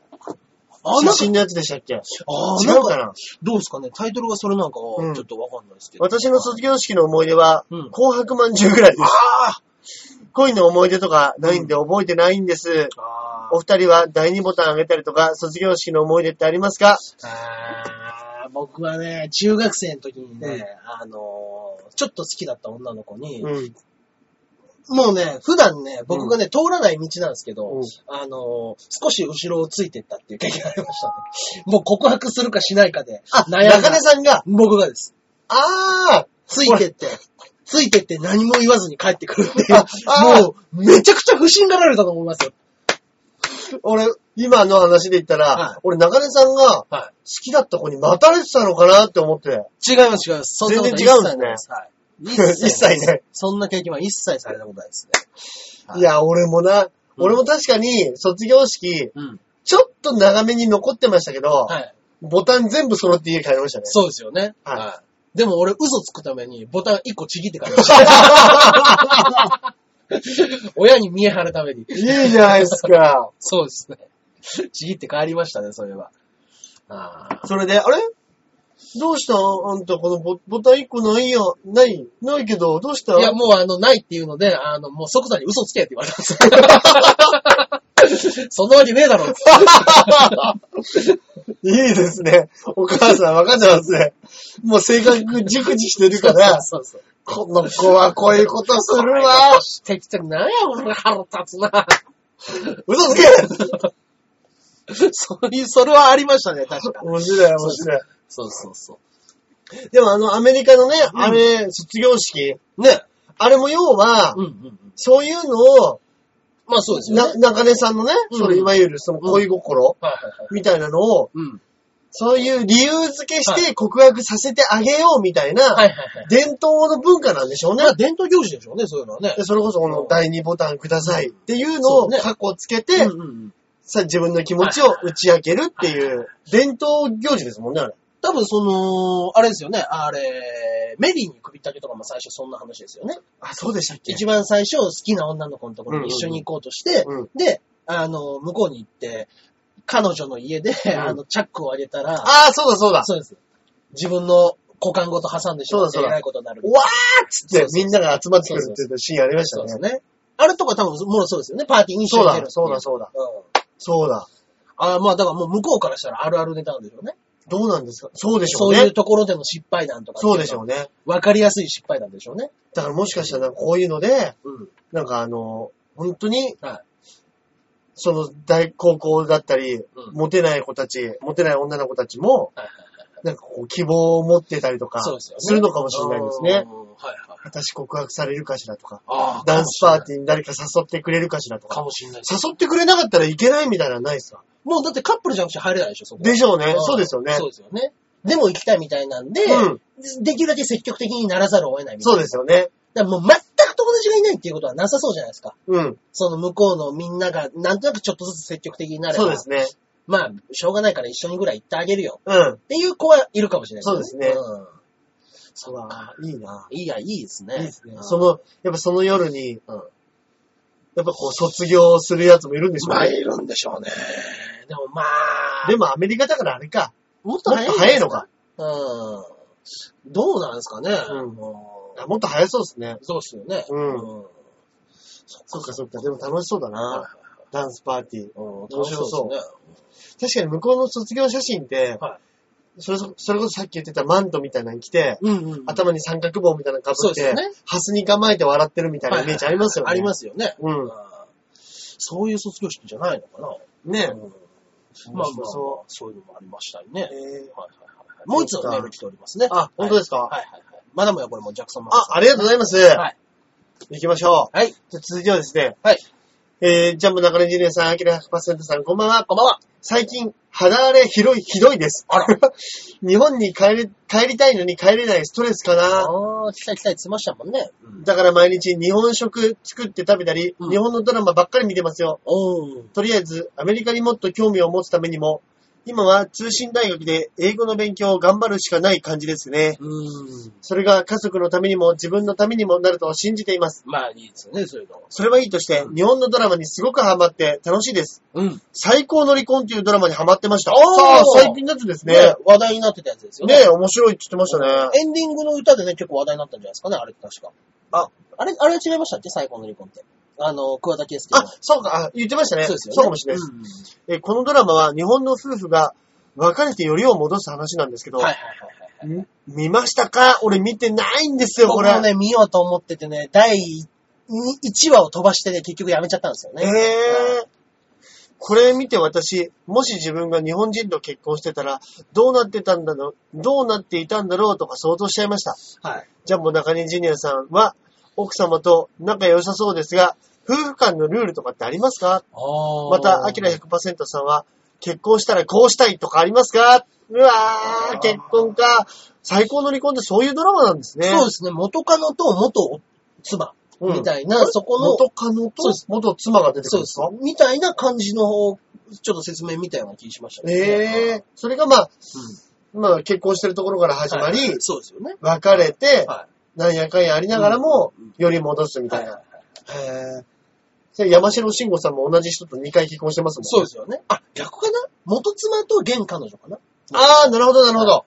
Speaker 1: あ、な
Speaker 2: 写
Speaker 1: んか、
Speaker 2: 真のやつでしたっけ
Speaker 1: あー
Speaker 2: 違う
Speaker 1: な
Speaker 2: か
Speaker 1: ん
Speaker 2: な
Speaker 1: どうですかねタイトルがそれなんか
Speaker 2: うん
Speaker 1: は、ちょっとわかんないですけど。
Speaker 2: 私の卒業式の思い出は、
Speaker 1: うん
Speaker 2: 紅白まんじゅうぐらいです。
Speaker 1: あ
Speaker 2: 恋の思い出とかないんで覚えてないんです。
Speaker 1: ああ
Speaker 2: お二人は第二ボタンあげたりとか、卒業式の思い出ってありますか
Speaker 1: あー僕はね、中学生の時にね、あのー、ちょっと好きだった女の子に、
Speaker 2: うん。
Speaker 1: もうね、普段ね、僕がね、通らない道なんですけど、
Speaker 2: うん
Speaker 1: あのー、少し後ろをついてったっていう経験がありましたね。 もう告白するかしないかで、
Speaker 2: あ、
Speaker 1: 悩んだ
Speaker 2: 中根さんが、
Speaker 1: 僕がです。
Speaker 2: あ
Speaker 1: ついてって、ついてって何も言わずに帰ってくるってい
Speaker 2: ああ
Speaker 1: う。もう、めちゃくちゃ不審がられたと思いますよ。
Speaker 2: ー俺、今の話で言ったら、
Speaker 1: はい
Speaker 2: 俺中根さんが好
Speaker 1: は
Speaker 2: きだった子に待たれてたのかなって思って。
Speaker 1: い。違います、違います。そんなことは一切ないです。はい。
Speaker 2: 一切ね。
Speaker 1: そんな経験は一切されたことないですね。はい
Speaker 2: いや、俺も
Speaker 1: う
Speaker 2: な、
Speaker 1: ん
Speaker 2: 俺も確かに卒業式、
Speaker 1: うん。
Speaker 2: ちょっと長めに残ってましたけど、
Speaker 1: はい。
Speaker 2: ボタン全部揃って家帰りましたね。
Speaker 1: そうですよね。
Speaker 2: はい
Speaker 1: い。でも俺嘘つくためにボタン1個ちぎってからました。 親に見え張るために。
Speaker 2: いいじゃないですか。
Speaker 1: そうですね。ちぎって帰りましたね、それは。ああ。
Speaker 2: それで、あれどうしたあんたこのボボタン1個ないよ。ない、ないけど、どうした
Speaker 1: いや、もうあの、ないっていうので、あの、もう即座に嘘つけって言われたん です。そんなわけねえだろって。
Speaker 2: いいですね。お母さん分かってますね。もう性格熟知してるから、
Speaker 1: そうそう。
Speaker 2: この子はこういうことするわ。
Speaker 1: してきて、なんや、俺腹立つな。
Speaker 2: 嘘つけ
Speaker 1: そういう、それはありましたね、確か。
Speaker 2: 面白い、面白い。
Speaker 1: そうそうそ
Speaker 2: でもあの、アメリカのね、
Speaker 1: ん
Speaker 2: あれ、卒業式、
Speaker 1: う。ね。
Speaker 2: あれも要は
Speaker 1: う、んうんうん。
Speaker 2: そういうのを、
Speaker 1: まあそうですよ
Speaker 2: な、
Speaker 1: ね。
Speaker 2: 中根さんのね、
Speaker 1: うん
Speaker 2: そのいわゆるその恋心
Speaker 1: はいはいはい。
Speaker 2: みたいなのを、
Speaker 1: うん。
Speaker 2: そういう理由付けして告白させてあげようみたいな、
Speaker 1: はいはいはい。
Speaker 2: 伝統の文化なんでしょうね
Speaker 1: ま。あ伝統行事でしょうね、そういうのはね
Speaker 2: で。それこそこの第2ボタンくださいっていうの
Speaker 1: そ
Speaker 2: を
Speaker 1: うね
Speaker 2: 過去をつけて、
Speaker 1: うんうんうん
Speaker 2: さ自分の気持ちを打ち明けるっていう伝統行事ですもんね、あれ。
Speaker 1: 多分その、あれですよね、あれ、メリーに首ったけとかも最初そんな話ですよね。
Speaker 2: あ、そうでしたっけ
Speaker 1: 一番最初好きな女の子のところに一緒に行こうとして、
Speaker 2: うんうん
Speaker 1: で、あの、向こうに行って、彼女の家で、
Speaker 2: ん
Speaker 1: あの、チャックをあげたら、
Speaker 2: ああ、そうだそうだ。
Speaker 1: そうです。自分の股間ごと挟んでしまって
Speaker 2: そうだそうだ
Speaker 1: 偉いことになるみたいな。
Speaker 2: わーっつってみんなが集まってくるっていうシーンありまし
Speaker 1: そ
Speaker 2: た
Speaker 1: うです
Speaker 2: ね。
Speaker 1: ね。あれとか多分、もうそうですよね。パーティーに一
Speaker 2: そ
Speaker 1: 緒
Speaker 2: う
Speaker 1: に出
Speaker 2: だ
Speaker 1: る、
Speaker 2: そうだ、
Speaker 1: う
Speaker 2: そうだ、
Speaker 1: だ。うん。
Speaker 2: そうだ。
Speaker 1: ああ、まあだからもう向こうからしたらあるあるネタなんでしょうね。
Speaker 2: どうなんですかそうでしょ
Speaker 1: そうういう
Speaker 2: ね。
Speaker 1: ところでの失敗談とか。
Speaker 2: そうでしょうね。
Speaker 1: わかりやすい失敗談でしょうね。
Speaker 2: だからもしかしたらなんかこういうので、
Speaker 1: うん。
Speaker 2: なんかあの、本当に、
Speaker 1: は
Speaker 2: その大高校だったり、
Speaker 1: ん
Speaker 2: モテない子たち、モテない女の子たちも
Speaker 1: はいはい、
Speaker 2: なんかこう希望を持ってたりとか、
Speaker 1: そうですよね。
Speaker 2: するのかもしれないですね。
Speaker 1: うんはいはい。
Speaker 2: 私告白されるかしらとか、
Speaker 1: あ
Speaker 2: ダンスパーティーに誰か誘ってくれるかしらと
Speaker 1: か
Speaker 2: か、
Speaker 1: もしれないです。
Speaker 2: 誘ってくれなかったらいけないみたいなのはないですか
Speaker 1: もうだってカップルじゃなくて入れないでしょ、そこ。
Speaker 2: でしょうね
Speaker 1: ん。
Speaker 2: そうですよね。
Speaker 1: そうですよね。でも行きたいみたいなんで、
Speaker 2: うん
Speaker 1: できるだけ積極的にならざるを得ないみたいな。
Speaker 2: そうですよね。
Speaker 1: だからもう全く友達がいないっていうことはなさそうじゃないですか。
Speaker 2: うん。
Speaker 1: その向こうのみんながなんとなくちょっとずつ積極的になれば。
Speaker 2: そうですね。
Speaker 1: まあ、しょうがないから一緒にぐらい行ってあげるよ。
Speaker 2: うん。
Speaker 1: っていう子はいるかもしれない
Speaker 2: そうですね
Speaker 1: うん。
Speaker 2: そうわいいな。
Speaker 1: いや、いいですね。
Speaker 2: いいですね
Speaker 1: う。ん
Speaker 2: その、やっぱその夜に、
Speaker 1: うん
Speaker 2: やっぱこう卒業するやつもいるんでしょう
Speaker 1: まあ、
Speaker 2: ね。
Speaker 1: いるんでしょうね。でもまあ、
Speaker 2: でもアメリカだからあれか。
Speaker 1: もっと
Speaker 2: もっ
Speaker 1: 早い
Speaker 2: と早いのか。
Speaker 1: うん。どうなんですかね。
Speaker 2: うん
Speaker 1: も
Speaker 2: あもっと早そうですね。
Speaker 1: うそうですよね。
Speaker 2: うん
Speaker 1: ん
Speaker 2: そっかそっか。でも楽しそうだ
Speaker 1: はい
Speaker 2: な。ダンスパーティー。
Speaker 1: うん
Speaker 2: 白そう
Speaker 1: 楽し
Speaker 2: 確かに向こうの卒業写真って、
Speaker 1: は
Speaker 2: それそそれこそさっき言ってたマントみたいなの着て、
Speaker 1: うですね。うんうん。
Speaker 2: 頭に三角棒みたいなの被
Speaker 1: そう
Speaker 2: っ
Speaker 1: ですよ
Speaker 2: て、
Speaker 1: ね
Speaker 2: ハスに構えて笑ってるみたいなイメージありますよね。。
Speaker 1: ありますすよね。
Speaker 2: うん
Speaker 1: ん。そういう卒業式じゃないのかな。
Speaker 2: ね
Speaker 1: う。んま
Speaker 2: ま
Speaker 1: あ
Speaker 2: あ
Speaker 1: まあ、
Speaker 2: そ
Speaker 1: そういうのもありましたね。
Speaker 2: えー
Speaker 1: はいはいはいはいもう一つメール来ておりますね。
Speaker 2: あ、本当ですか、
Speaker 1: はいはいはい。まだもやこれもジャクソンマ
Speaker 2: あ、ありがとうございます。
Speaker 1: はい
Speaker 2: 行きましょう。
Speaker 1: はい。
Speaker 2: じゃあ続いてはですね。
Speaker 1: はい。
Speaker 2: えー、ジャンボ中根ジュニアさん、アキラ100%さん、こんばんは。
Speaker 1: こんばんは。
Speaker 2: 最近、肌荒れひどい、ひどいです。
Speaker 1: あら。
Speaker 2: 日本に帰れ、帰りたいのに帰れないストレスかな。
Speaker 1: ああ、来た来た来てましたもんね。うん。
Speaker 2: だから毎日日本食作って食べたり、
Speaker 1: うん
Speaker 2: 日本のドラマばっかり見てますよ。
Speaker 1: おー。
Speaker 2: とりあえず、アメリカにもっと興味を持つためにも、今は通信大学で英語の勉強を頑張るしかない感じですね。
Speaker 1: うん。
Speaker 2: それが家族のためにも自分のためにもなると信じています。
Speaker 1: まあいいですよね、そういうの。
Speaker 2: それはいいとして、日本のドラマにすごくハマって楽しいです。
Speaker 1: うん。
Speaker 2: 最高の離婚っていうドラマにハマってました。
Speaker 1: おー
Speaker 2: ああ、最近のやつですね。
Speaker 1: 話題になってたやつですよね。
Speaker 2: ねえ、面白いって言ってましたね。
Speaker 1: エンディングの歌でね、結構話題になったんじゃないですかね、あれって確か。
Speaker 2: あ、
Speaker 1: あれ、あれは違いましたっけ最高の離婚って。あの、桑田佳祐の。
Speaker 2: あ、そうか、あ言ってましたね。
Speaker 1: そうですよね。
Speaker 2: そうかもしれないです、
Speaker 1: うん
Speaker 2: え。このドラマは日本の夫婦が別れてよりを戻す話なんですけど、
Speaker 1: はいはいはいはい。
Speaker 2: ん見ましたか俺見てないんですよ、こ
Speaker 1: 僕
Speaker 2: れ。
Speaker 1: もね、見ようと思っててね、第1話を飛ばしてね、結局やめちゃったんですよ
Speaker 2: え
Speaker 1: ね。
Speaker 2: えこれ見て私、もし自分が日本人と結婚してたら、どうなってたんだろう、どうなっていたんだろうとか想像しちゃいました。
Speaker 1: はい。
Speaker 2: ジャンボ中根ジュニアさんは、奥様と仲良さそうですが、夫婦間のルールとかってありますかまた、アキラ100%さんは、結婚したらこうしたいとかありますかうわ
Speaker 1: あー
Speaker 2: ー、結婚か。最高の離婚ってそういうドラマなんですね。
Speaker 1: そうですね、元カノと元妻
Speaker 2: うん
Speaker 1: みたいな、そこの、
Speaker 2: 元カノ
Speaker 1: そう
Speaker 2: と
Speaker 1: です
Speaker 2: 元妻が出てく
Speaker 1: そう
Speaker 2: る
Speaker 1: んで
Speaker 2: です
Speaker 1: す
Speaker 2: か。
Speaker 1: みたいな感じの、ちょっと説明みたいな気しましたね。
Speaker 2: ええー、それがまあ、まあ結婚してるところから始まり、
Speaker 1: はいそうですよね。
Speaker 2: 別れて、
Speaker 1: は
Speaker 2: なんやかんやありながらも
Speaker 1: うん、
Speaker 2: より戻すみ
Speaker 1: い。
Speaker 2: た
Speaker 1: はいい
Speaker 2: な。へぇそれ山城慎吾さんも同じ人と2回結婚してますもんね。
Speaker 1: そうですよね。あ、逆かな元妻と現彼女かな
Speaker 2: ああ、なるほど、なるほど。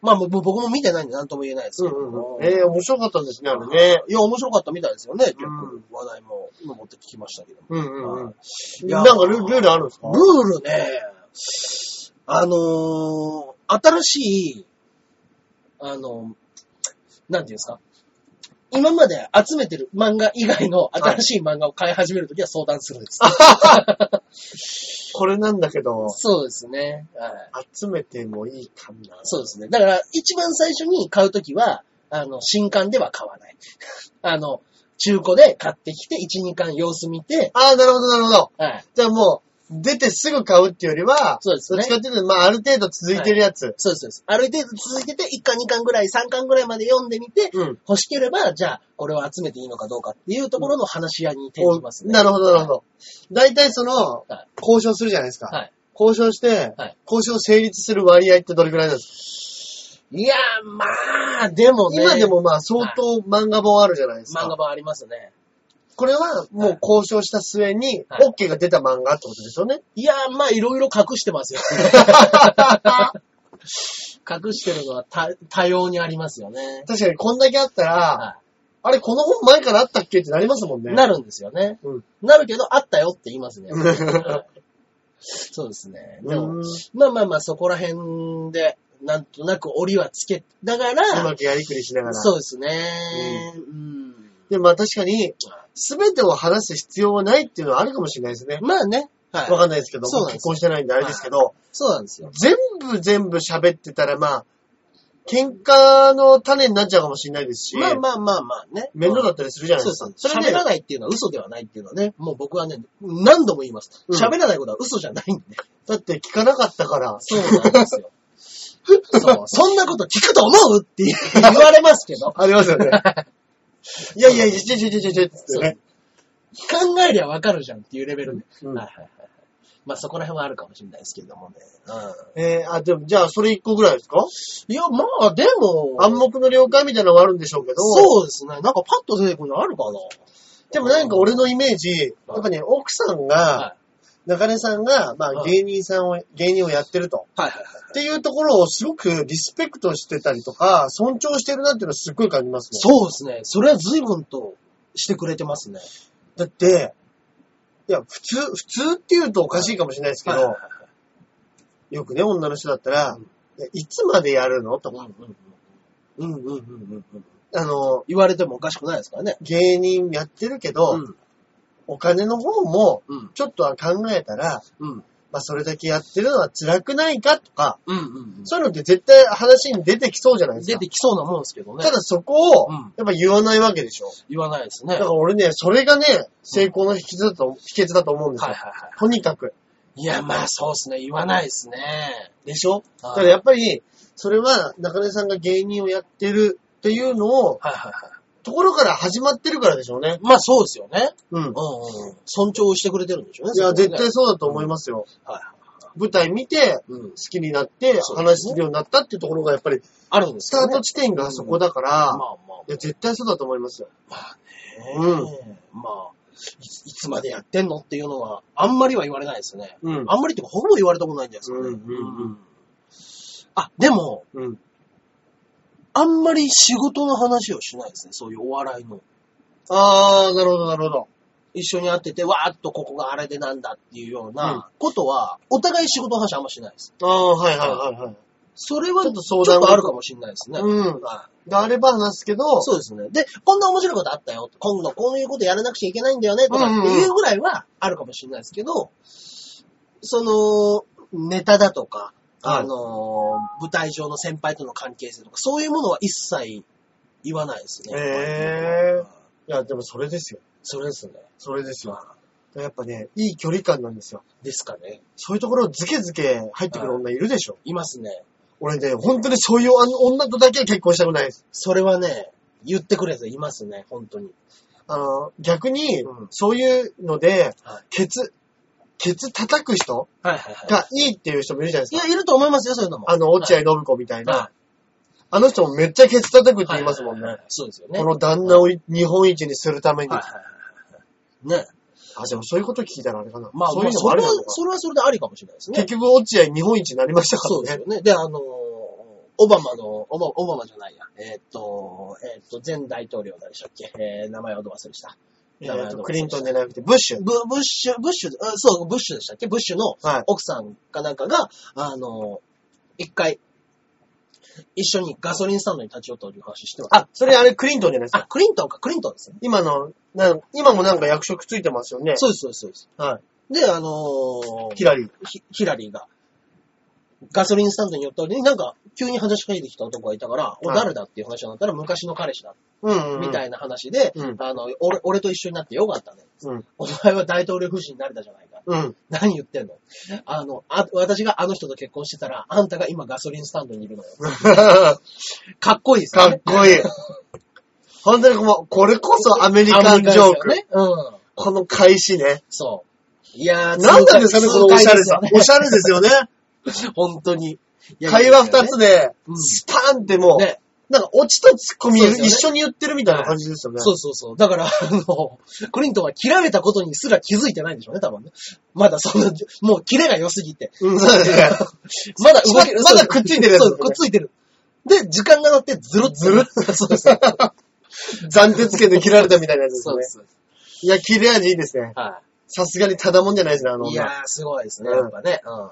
Speaker 1: まあ、もう僕も見てないんで何とも言えないです
Speaker 2: う
Speaker 1: け
Speaker 2: ん
Speaker 1: ど。
Speaker 2: うんうん。
Speaker 1: え
Speaker 2: ええ面白かったんですね、あれね。
Speaker 1: いや、面白かったみたいですよね。結
Speaker 2: う
Speaker 1: 構
Speaker 2: ん
Speaker 1: 話題も今持って聞きましたけども。
Speaker 2: うんうんう
Speaker 1: は
Speaker 2: ん
Speaker 1: い。
Speaker 2: なんかルルールあるんですか
Speaker 1: ルールね、あのー新しい、あのなんていうんですか。今まで集めてる漫画以外の新しい漫画を買い始めるときは相談するんです。
Speaker 2: これなんだけど、
Speaker 1: そうですね。はい。
Speaker 2: 集めてもいいかな。
Speaker 1: そうですね。だ から、一番最初に買うときは、あの、新刊では買わない。あの、中古で買ってきて、1、2巻様子見て、
Speaker 2: ああ、なるほど、なるほど。
Speaker 1: はい。
Speaker 2: じゃあもう、出てすぐ買うっていうよりは、
Speaker 1: そうですね
Speaker 2: どっちかっていうと、まあ、ある程度続いてるやつ。
Speaker 1: そうです、そうです。ある程度続けて、1巻、2巻ぐらい、3巻ぐらいまで読んでみて、
Speaker 2: うん。
Speaker 1: 欲しければ、じゃあ、これを集めていいのかどうかっていうところの話し合いに転じますね。
Speaker 2: なるほど、なるほど。大体その
Speaker 1: は、
Speaker 2: 交渉するじゃないですか。
Speaker 1: はい
Speaker 2: 交渉して
Speaker 1: はい、
Speaker 2: 交渉成立する割合ってどれくらいなんですか
Speaker 1: いやー、まあ、でもね。
Speaker 2: 今でもまあ相当漫画本あるじゃないですか。
Speaker 1: 漫画版ありますね。
Speaker 2: これはもう交渉した末に
Speaker 1: はい
Speaker 2: OK が出た漫画ってことですよね。
Speaker 1: いやー、まあ、いろいろ隠してます よ。隠してるのは多多様にありますよね。
Speaker 2: 確かにこんだけあったら、
Speaker 1: は
Speaker 2: あれこの本前からあったっけってなりますもん
Speaker 1: い
Speaker 2: ね。
Speaker 1: なるんですよね。
Speaker 2: うん
Speaker 1: なるけど、あったよって言いますね。
Speaker 2: うん
Speaker 1: はいそうですね。で
Speaker 2: う
Speaker 1: も
Speaker 2: ん、
Speaker 1: まあまあまあ、そこら辺で、なんとなく折りはつけなが
Speaker 2: う
Speaker 1: ら
Speaker 2: ま、くやりくりしながら。
Speaker 1: そうですね。うん
Speaker 2: でもまあ確かに、すべてを話す必要はないっていうのはあるかもしれないですね。
Speaker 1: まあね。はい。
Speaker 2: わかんないですけど、
Speaker 1: そうなん
Speaker 2: 僕
Speaker 1: です
Speaker 2: 結婚してないんであれですけど、
Speaker 1: そうなんですよ。
Speaker 2: 全部全部喋ってたらまあ、喧嘩の種になっちゃうかもしれないですし、
Speaker 1: まあまあまあまあね。
Speaker 2: 面倒だったりするじゃない
Speaker 1: そ
Speaker 2: で
Speaker 1: う
Speaker 2: す
Speaker 1: そ
Speaker 2: か
Speaker 1: う。。
Speaker 2: そ
Speaker 1: 喋
Speaker 2: れで、
Speaker 1: らないっていうのは嘘ではないっていうのはね、もう僕はね、何度も言います。
Speaker 2: うん
Speaker 1: 喋らないことは嘘じゃないんで。
Speaker 2: だって聞かなかったから、
Speaker 1: そうなんですよ。そう。そんなこと聞くと思うって言われますけど。
Speaker 2: ありますよね。いやいや、いやちょちょちょちょちょってね。
Speaker 1: 考えりゃわかるじゃんっていうレベルで。
Speaker 2: うん
Speaker 1: はいはいはい。まあそこら辺はあるかもしれないですけどもね。う
Speaker 2: えー、あ、でも、じゃあ、それ一個ぐらいですか
Speaker 1: ん。いや、まあでも、
Speaker 2: 暗黙の了解みたいなのはあるんでしょうけど、
Speaker 1: そうですね。なんかパッと出てくるのあるかな
Speaker 2: でもなんか俺のイメージ、やっぱね、奥さん
Speaker 1: は
Speaker 2: が、中根さんが、まあ
Speaker 1: はい
Speaker 2: 芸人さんを、芸人をやってると。
Speaker 1: はいはいはい。
Speaker 2: っていうところをすごくリスペクトしてたりとか、尊重してるなっていうのはすっごい感じますもん。
Speaker 1: そうですね。それは随分としてくれてますね。
Speaker 2: だって、いや、普通、普通って言うとおかしいかもしれないですけ
Speaker 1: はいはい
Speaker 2: ど、よくね、女の人だったら、いやいつまでやるのとか、
Speaker 1: うんうんうんうんうん。
Speaker 2: あの、
Speaker 1: 言われてもおかしくないですからね。
Speaker 2: 芸人やってるけど、
Speaker 1: うん
Speaker 2: お金の方も、
Speaker 1: うん
Speaker 2: ちょっとは考えたら、
Speaker 1: うん
Speaker 2: まあ、それだけやってるのは辛くないかとか、
Speaker 1: うんうん
Speaker 2: そういうのって絶対話に出てきそうじゃないです
Speaker 1: 出
Speaker 2: か。
Speaker 1: てきそうなもんですけどね
Speaker 2: た。だそこを
Speaker 1: うん、
Speaker 2: やっぱ言わないわけでしょ。
Speaker 1: 言わないですね。
Speaker 2: だから俺ね、それがね、成功の秘訣だと、秘訣だと思うんです
Speaker 1: はいはい
Speaker 2: よ。
Speaker 1: は
Speaker 2: とにかく。
Speaker 1: い。いや、まあそうですね。言わないですね。
Speaker 2: でしょ
Speaker 1: は
Speaker 2: だ
Speaker 1: い
Speaker 2: からやっぱり、それは中根さんが芸人をやってるっていうのを、
Speaker 1: はいはいは
Speaker 2: ところから始まってるからでしょうね
Speaker 1: い。。まあそうですよね。
Speaker 2: うん。
Speaker 1: うんうんうん。尊重してくれてるんでしょうね。
Speaker 2: い
Speaker 1: そ
Speaker 2: や、
Speaker 1: こはね
Speaker 2: 絶対。そうだと思いますよ。
Speaker 1: はい
Speaker 2: 舞台見て、
Speaker 1: はい。うん
Speaker 2: 好。きになって
Speaker 1: そうです
Speaker 2: 話す
Speaker 1: ね
Speaker 2: るようになったっていうところがやっぱり
Speaker 1: あるんです
Speaker 2: スタ
Speaker 1: よ
Speaker 2: ート
Speaker 1: ね。
Speaker 2: 地点がそこだから、
Speaker 1: まあまあ
Speaker 2: いや絶対そうだと思いますよ。
Speaker 1: まあね。まあ、いついつまでやってんのっていうのは、あんまりは言われないですね。
Speaker 2: うん
Speaker 1: あんまりっていうかほぼ言われたことないんじゃないですかね。
Speaker 2: うんうんうん
Speaker 1: あ、でも、
Speaker 2: うん。
Speaker 1: あんまり仕事の話をしないですね。そういうお笑いの。
Speaker 2: あー、なるほど、なるほど。
Speaker 1: 一緒に会ってて、わーっとここがあれでなんだっていうようなことは、お互い仕事の話あんましないです。
Speaker 2: あー、はいはいはいはい。
Speaker 1: それは
Speaker 2: ち
Speaker 1: ち
Speaker 2: ょ
Speaker 1: ょ
Speaker 2: っ
Speaker 1: っと
Speaker 2: と相
Speaker 1: 相談
Speaker 2: 談事
Speaker 1: があるかもしれないですね。
Speaker 2: うん
Speaker 1: は
Speaker 2: であれば話すけど、
Speaker 1: いそうですね。で、こんな面白いことあったよ。今度こういうことやらなくちゃいけないんだよね、とかっていうぐらいはあるかもしれないですけど、その、ネタだとか、
Speaker 2: はい
Speaker 1: あの、舞台上の先輩との関係性とか、そういうものは一切言わないですね。
Speaker 2: へーいや、でもそれですよ。
Speaker 1: それですね。
Speaker 2: それですよ。やっぱね、いい距離感なんですよ。
Speaker 1: ですかね。
Speaker 2: そういうところずけずけ入ってくる女いるでしょ。
Speaker 1: いますね。
Speaker 2: 俺ね、本当にそういうあの女とだけは結婚したくないです。
Speaker 1: それはね、言ってくれていますね、本当に。
Speaker 2: あの、逆に
Speaker 1: うん、
Speaker 2: そういうので、
Speaker 1: はい
Speaker 2: ケツ、ケツ叩く人
Speaker 1: はいはいは
Speaker 2: がいいっていう人もいるじゃな
Speaker 1: い。
Speaker 2: い
Speaker 1: い
Speaker 2: ですか。
Speaker 1: や、いると思いますよ、そういうのも。
Speaker 2: あの、落合信子みたいな。
Speaker 1: は
Speaker 2: あの人もめっちゃケツ叩くっ
Speaker 1: い
Speaker 2: て言いますもん
Speaker 1: はい
Speaker 2: ね
Speaker 1: はい。そうですよね。
Speaker 2: この旦那をい日本一にするために。
Speaker 1: はいはい
Speaker 2: あ、
Speaker 1: はいはい。ね。
Speaker 2: でもそういうこと聞いたらあれかな。
Speaker 1: まあ、
Speaker 2: そういうの
Speaker 1: そ
Speaker 2: もあ
Speaker 1: れ
Speaker 2: る
Speaker 1: は
Speaker 2: なの、か。
Speaker 1: それはそれでありかもしれないですね
Speaker 2: 結。局、落合日本一になりました
Speaker 1: そう
Speaker 2: か
Speaker 1: で
Speaker 2: ら
Speaker 1: す
Speaker 2: ね。
Speaker 1: よね。で、あのー、オバマの、オバオバマじゃないや。えーっと、えーっと、前大統領誰でしたっけえー、名前をど忘れした。
Speaker 2: え
Speaker 1: 名前
Speaker 2: ー
Speaker 1: を
Speaker 2: と
Speaker 1: ど
Speaker 2: ク
Speaker 1: 忘
Speaker 2: リ
Speaker 1: れ
Speaker 2: ン
Speaker 1: した
Speaker 2: トンじゃなくて、ブッシュ。
Speaker 1: ブブッシュ、ブッシュ、あそう、ブッシュでしたっけブッシュの
Speaker 2: はい
Speaker 1: 奥さんかなんかが、あの、一回、一緒にガソリンスタンドに立ち寄ったという話してます。
Speaker 2: あ、それあれクリントンじゃないです
Speaker 1: あ、
Speaker 2: か。
Speaker 1: クリントンか、クリントンですね。
Speaker 2: 今の、なん今もなんか役職ついてますよね。
Speaker 1: そうです、そうです、そうです。
Speaker 2: は
Speaker 1: で、あのー
Speaker 2: い。ヒラリー。
Speaker 1: ヒヒラリーが、ガソリンスタンドに寄った時になんか、急に話しかけてきた男がいたから、お、
Speaker 2: はい
Speaker 1: 誰だっていう話になったら、昔の彼氏だ、
Speaker 2: うん、うん。
Speaker 1: みた
Speaker 2: い。
Speaker 1: いな話で、
Speaker 2: うん
Speaker 1: あの、俺、俺と一緒になってよかったね。
Speaker 2: うん。
Speaker 1: お前は大統領夫人になれたじゃないか。
Speaker 2: うん。
Speaker 1: 何言ってんのあの、あ、私があの人と結婚してたら、あんたが今ガソリンスタンドにいるのよ。
Speaker 2: か
Speaker 1: かっこいいですよ
Speaker 2: っ
Speaker 1: ね。
Speaker 2: こいい。本当にこう、これこそアメリカンジョーク。
Speaker 1: アメリカンですよね。うん。
Speaker 2: この返しね。
Speaker 1: そう。いやー、
Speaker 2: なんなんですかね、このおしゃれさ
Speaker 1: 痛。快
Speaker 2: お
Speaker 1: です
Speaker 2: しゃれですよね。
Speaker 1: よね本当に。いや
Speaker 2: 会話二つ。で
Speaker 1: う、ん
Speaker 2: スパーンってもう、
Speaker 1: ね、
Speaker 2: なんかオチとツッコミ
Speaker 1: そうですよね
Speaker 2: 一緒に言ってるみたいな感じですよね。
Speaker 1: そうそうそう。だから、あの、クリントンは切られたことにすら気づいてないんでしょうね、多分ね。まだそんな、もう切れが良すぎて。
Speaker 2: うんそうですね。
Speaker 1: まだ動け
Speaker 2: まだくっついてるやつ
Speaker 1: そう、くっついてる。で、時間が経ってズルッズルッ。そうそう。
Speaker 2: 暫定つけて切られたみたいなやつです
Speaker 1: そう
Speaker 2: ね
Speaker 1: で。す。
Speaker 2: いや、切れ味いいですね。
Speaker 1: は
Speaker 2: さすがにただもんじゃないですね、あの
Speaker 1: い。い
Speaker 2: 女。
Speaker 1: やー、すごいですね、
Speaker 2: うん
Speaker 1: やっぱね。うん。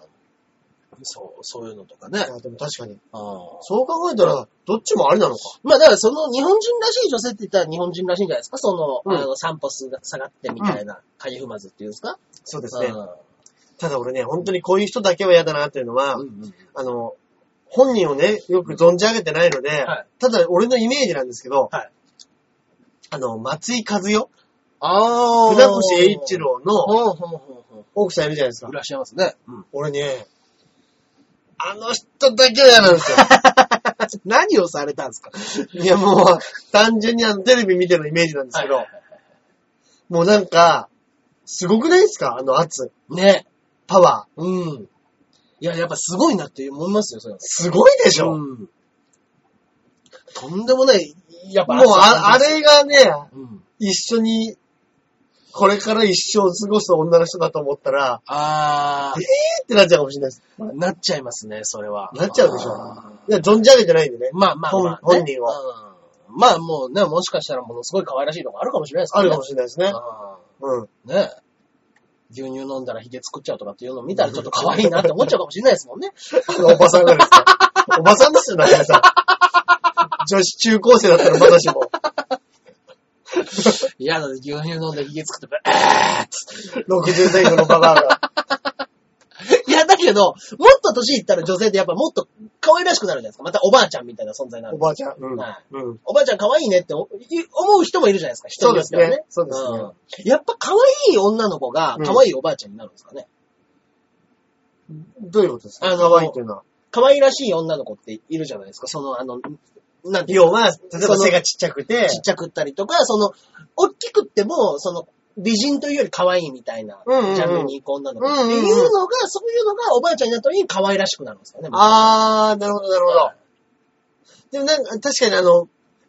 Speaker 1: そう、そういうのとかね。
Speaker 2: あでも確かに。
Speaker 1: あー
Speaker 2: そう考えたら、どっちもありなのか。
Speaker 1: まあだからその日本人らしい女性って言ったら日本人らしいんじゃないですかその、
Speaker 2: うん
Speaker 1: あの、散歩すが下がってみたいな、カニ踏まずっていうんですか
Speaker 2: そうで
Speaker 1: です
Speaker 2: ね。
Speaker 1: うん
Speaker 2: ただ俺ね、本当にこういう人だけは嫌だなっていうのは、
Speaker 1: うんうん
Speaker 2: あの、本人をね、よく存じ上げてないので、
Speaker 1: はい
Speaker 2: ただ俺のイメージなんですけど、
Speaker 1: はい
Speaker 2: あの、松井和代、
Speaker 1: あ
Speaker 2: 船越英一郎の
Speaker 1: ほうほうほうほ
Speaker 2: 奥さんいるじゃないですか
Speaker 1: う。い。らっしゃいますね。うん。
Speaker 2: 俺ね、あの人だけは嫌なんですよ。
Speaker 1: 何をされたんですか
Speaker 2: いやもう、単純にあのテレビ見てのイメージなんですけど、もうなんか、すごくないですかあの圧、
Speaker 1: ね。
Speaker 2: パワー。
Speaker 1: うん。いや、やっぱすごいなって思いますよ、それは。
Speaker 2: すごいでしょ、
Speaker 1: うん。とんでもない、やっぱ
Speaker 2: もうあ、あ
Speaker 1: れ
Speaker 2: れがね、
Speaker 1: うん。
Speaker 2: 一緒に、これから一生過ごす女の人だと思ったら、
Speaker 1: あ
Speaker 2: えーってなっちゃうかもしれないです。
Speaker 1: ー、なっちゃいますね、それは。
Speaker 2: なっちゃうでしょ
Speaker 1: あー
Speaker 2: いや、存じ上げてないんでね。
Speaker 1: まあまあまあ、ね。
Speaker 2: 本本人は
Speaker 1: うん。まあもうね、もしかしたらものすごい可愛らしいのがあるかもしれないです
Speaker 2: あるかも
Speaker 1: し
Speaker 2: しれないですね。うん。
Speaker 1: れない。ねえ牛乳飲んだらヒゲ作っちゃうとかっていうのを見たらちょっと可愛いなって思っちゃうかもしれないですもんね。
Speaker 2: あのおばさんがですね。おばさんですよ、中井さん。女子中高生だったらまだしも。
Speaker 1: いやだ、牛乳飲んでヒゲ作って、
Speaker 2: 60前後のババアが。
Speaker 1: いやだけど、もっと年いったら女性ってやっぱもっと可愛らしくなるじゃないですか。またおばあちゃんみたいな存在にな
Speaker 2: お
Speaker 1: る。
Speaker 2: ばあちゃん。うん。
Speaker 1: はい
Speaker 2: うん。
Speaker 1: おばあちゃん可愛いねって思う人もいるじゃないですか、人によってはね。
Speaker 2: そうですねそう
Speaker 1: うんやっぱ可愛い女の子が可愛いおばあちゃんになるんですかね。
Speaker 2: どういうことですか
Speaker 1: あの
Speaker 2: 可愛いっていうのは。
Speaker 1: 可愛らしい女の子っているじゃないですか。その、あの、なんていう
Speaker 2: 要は、例え
Speaker 1: その
Speaker 2: ば背がちっちゃくて
Speaker 1: の、ちっちゃくったりとか、その、大きくっても、その、美人というより可愛いみたいなジ
Speaker 2: うんうんうん
Speaker 1: ャンルに行く女の子って
Speaker 2: うんうんう
Speaker 1: いう
Speaker 2: ん
Speaker 1: のが、そういうのがおばあちゃんになった時に可愛らしくなるんですかね。
Speaker 2: あー、なるほど、なるほど。でもなんか、確かにあの、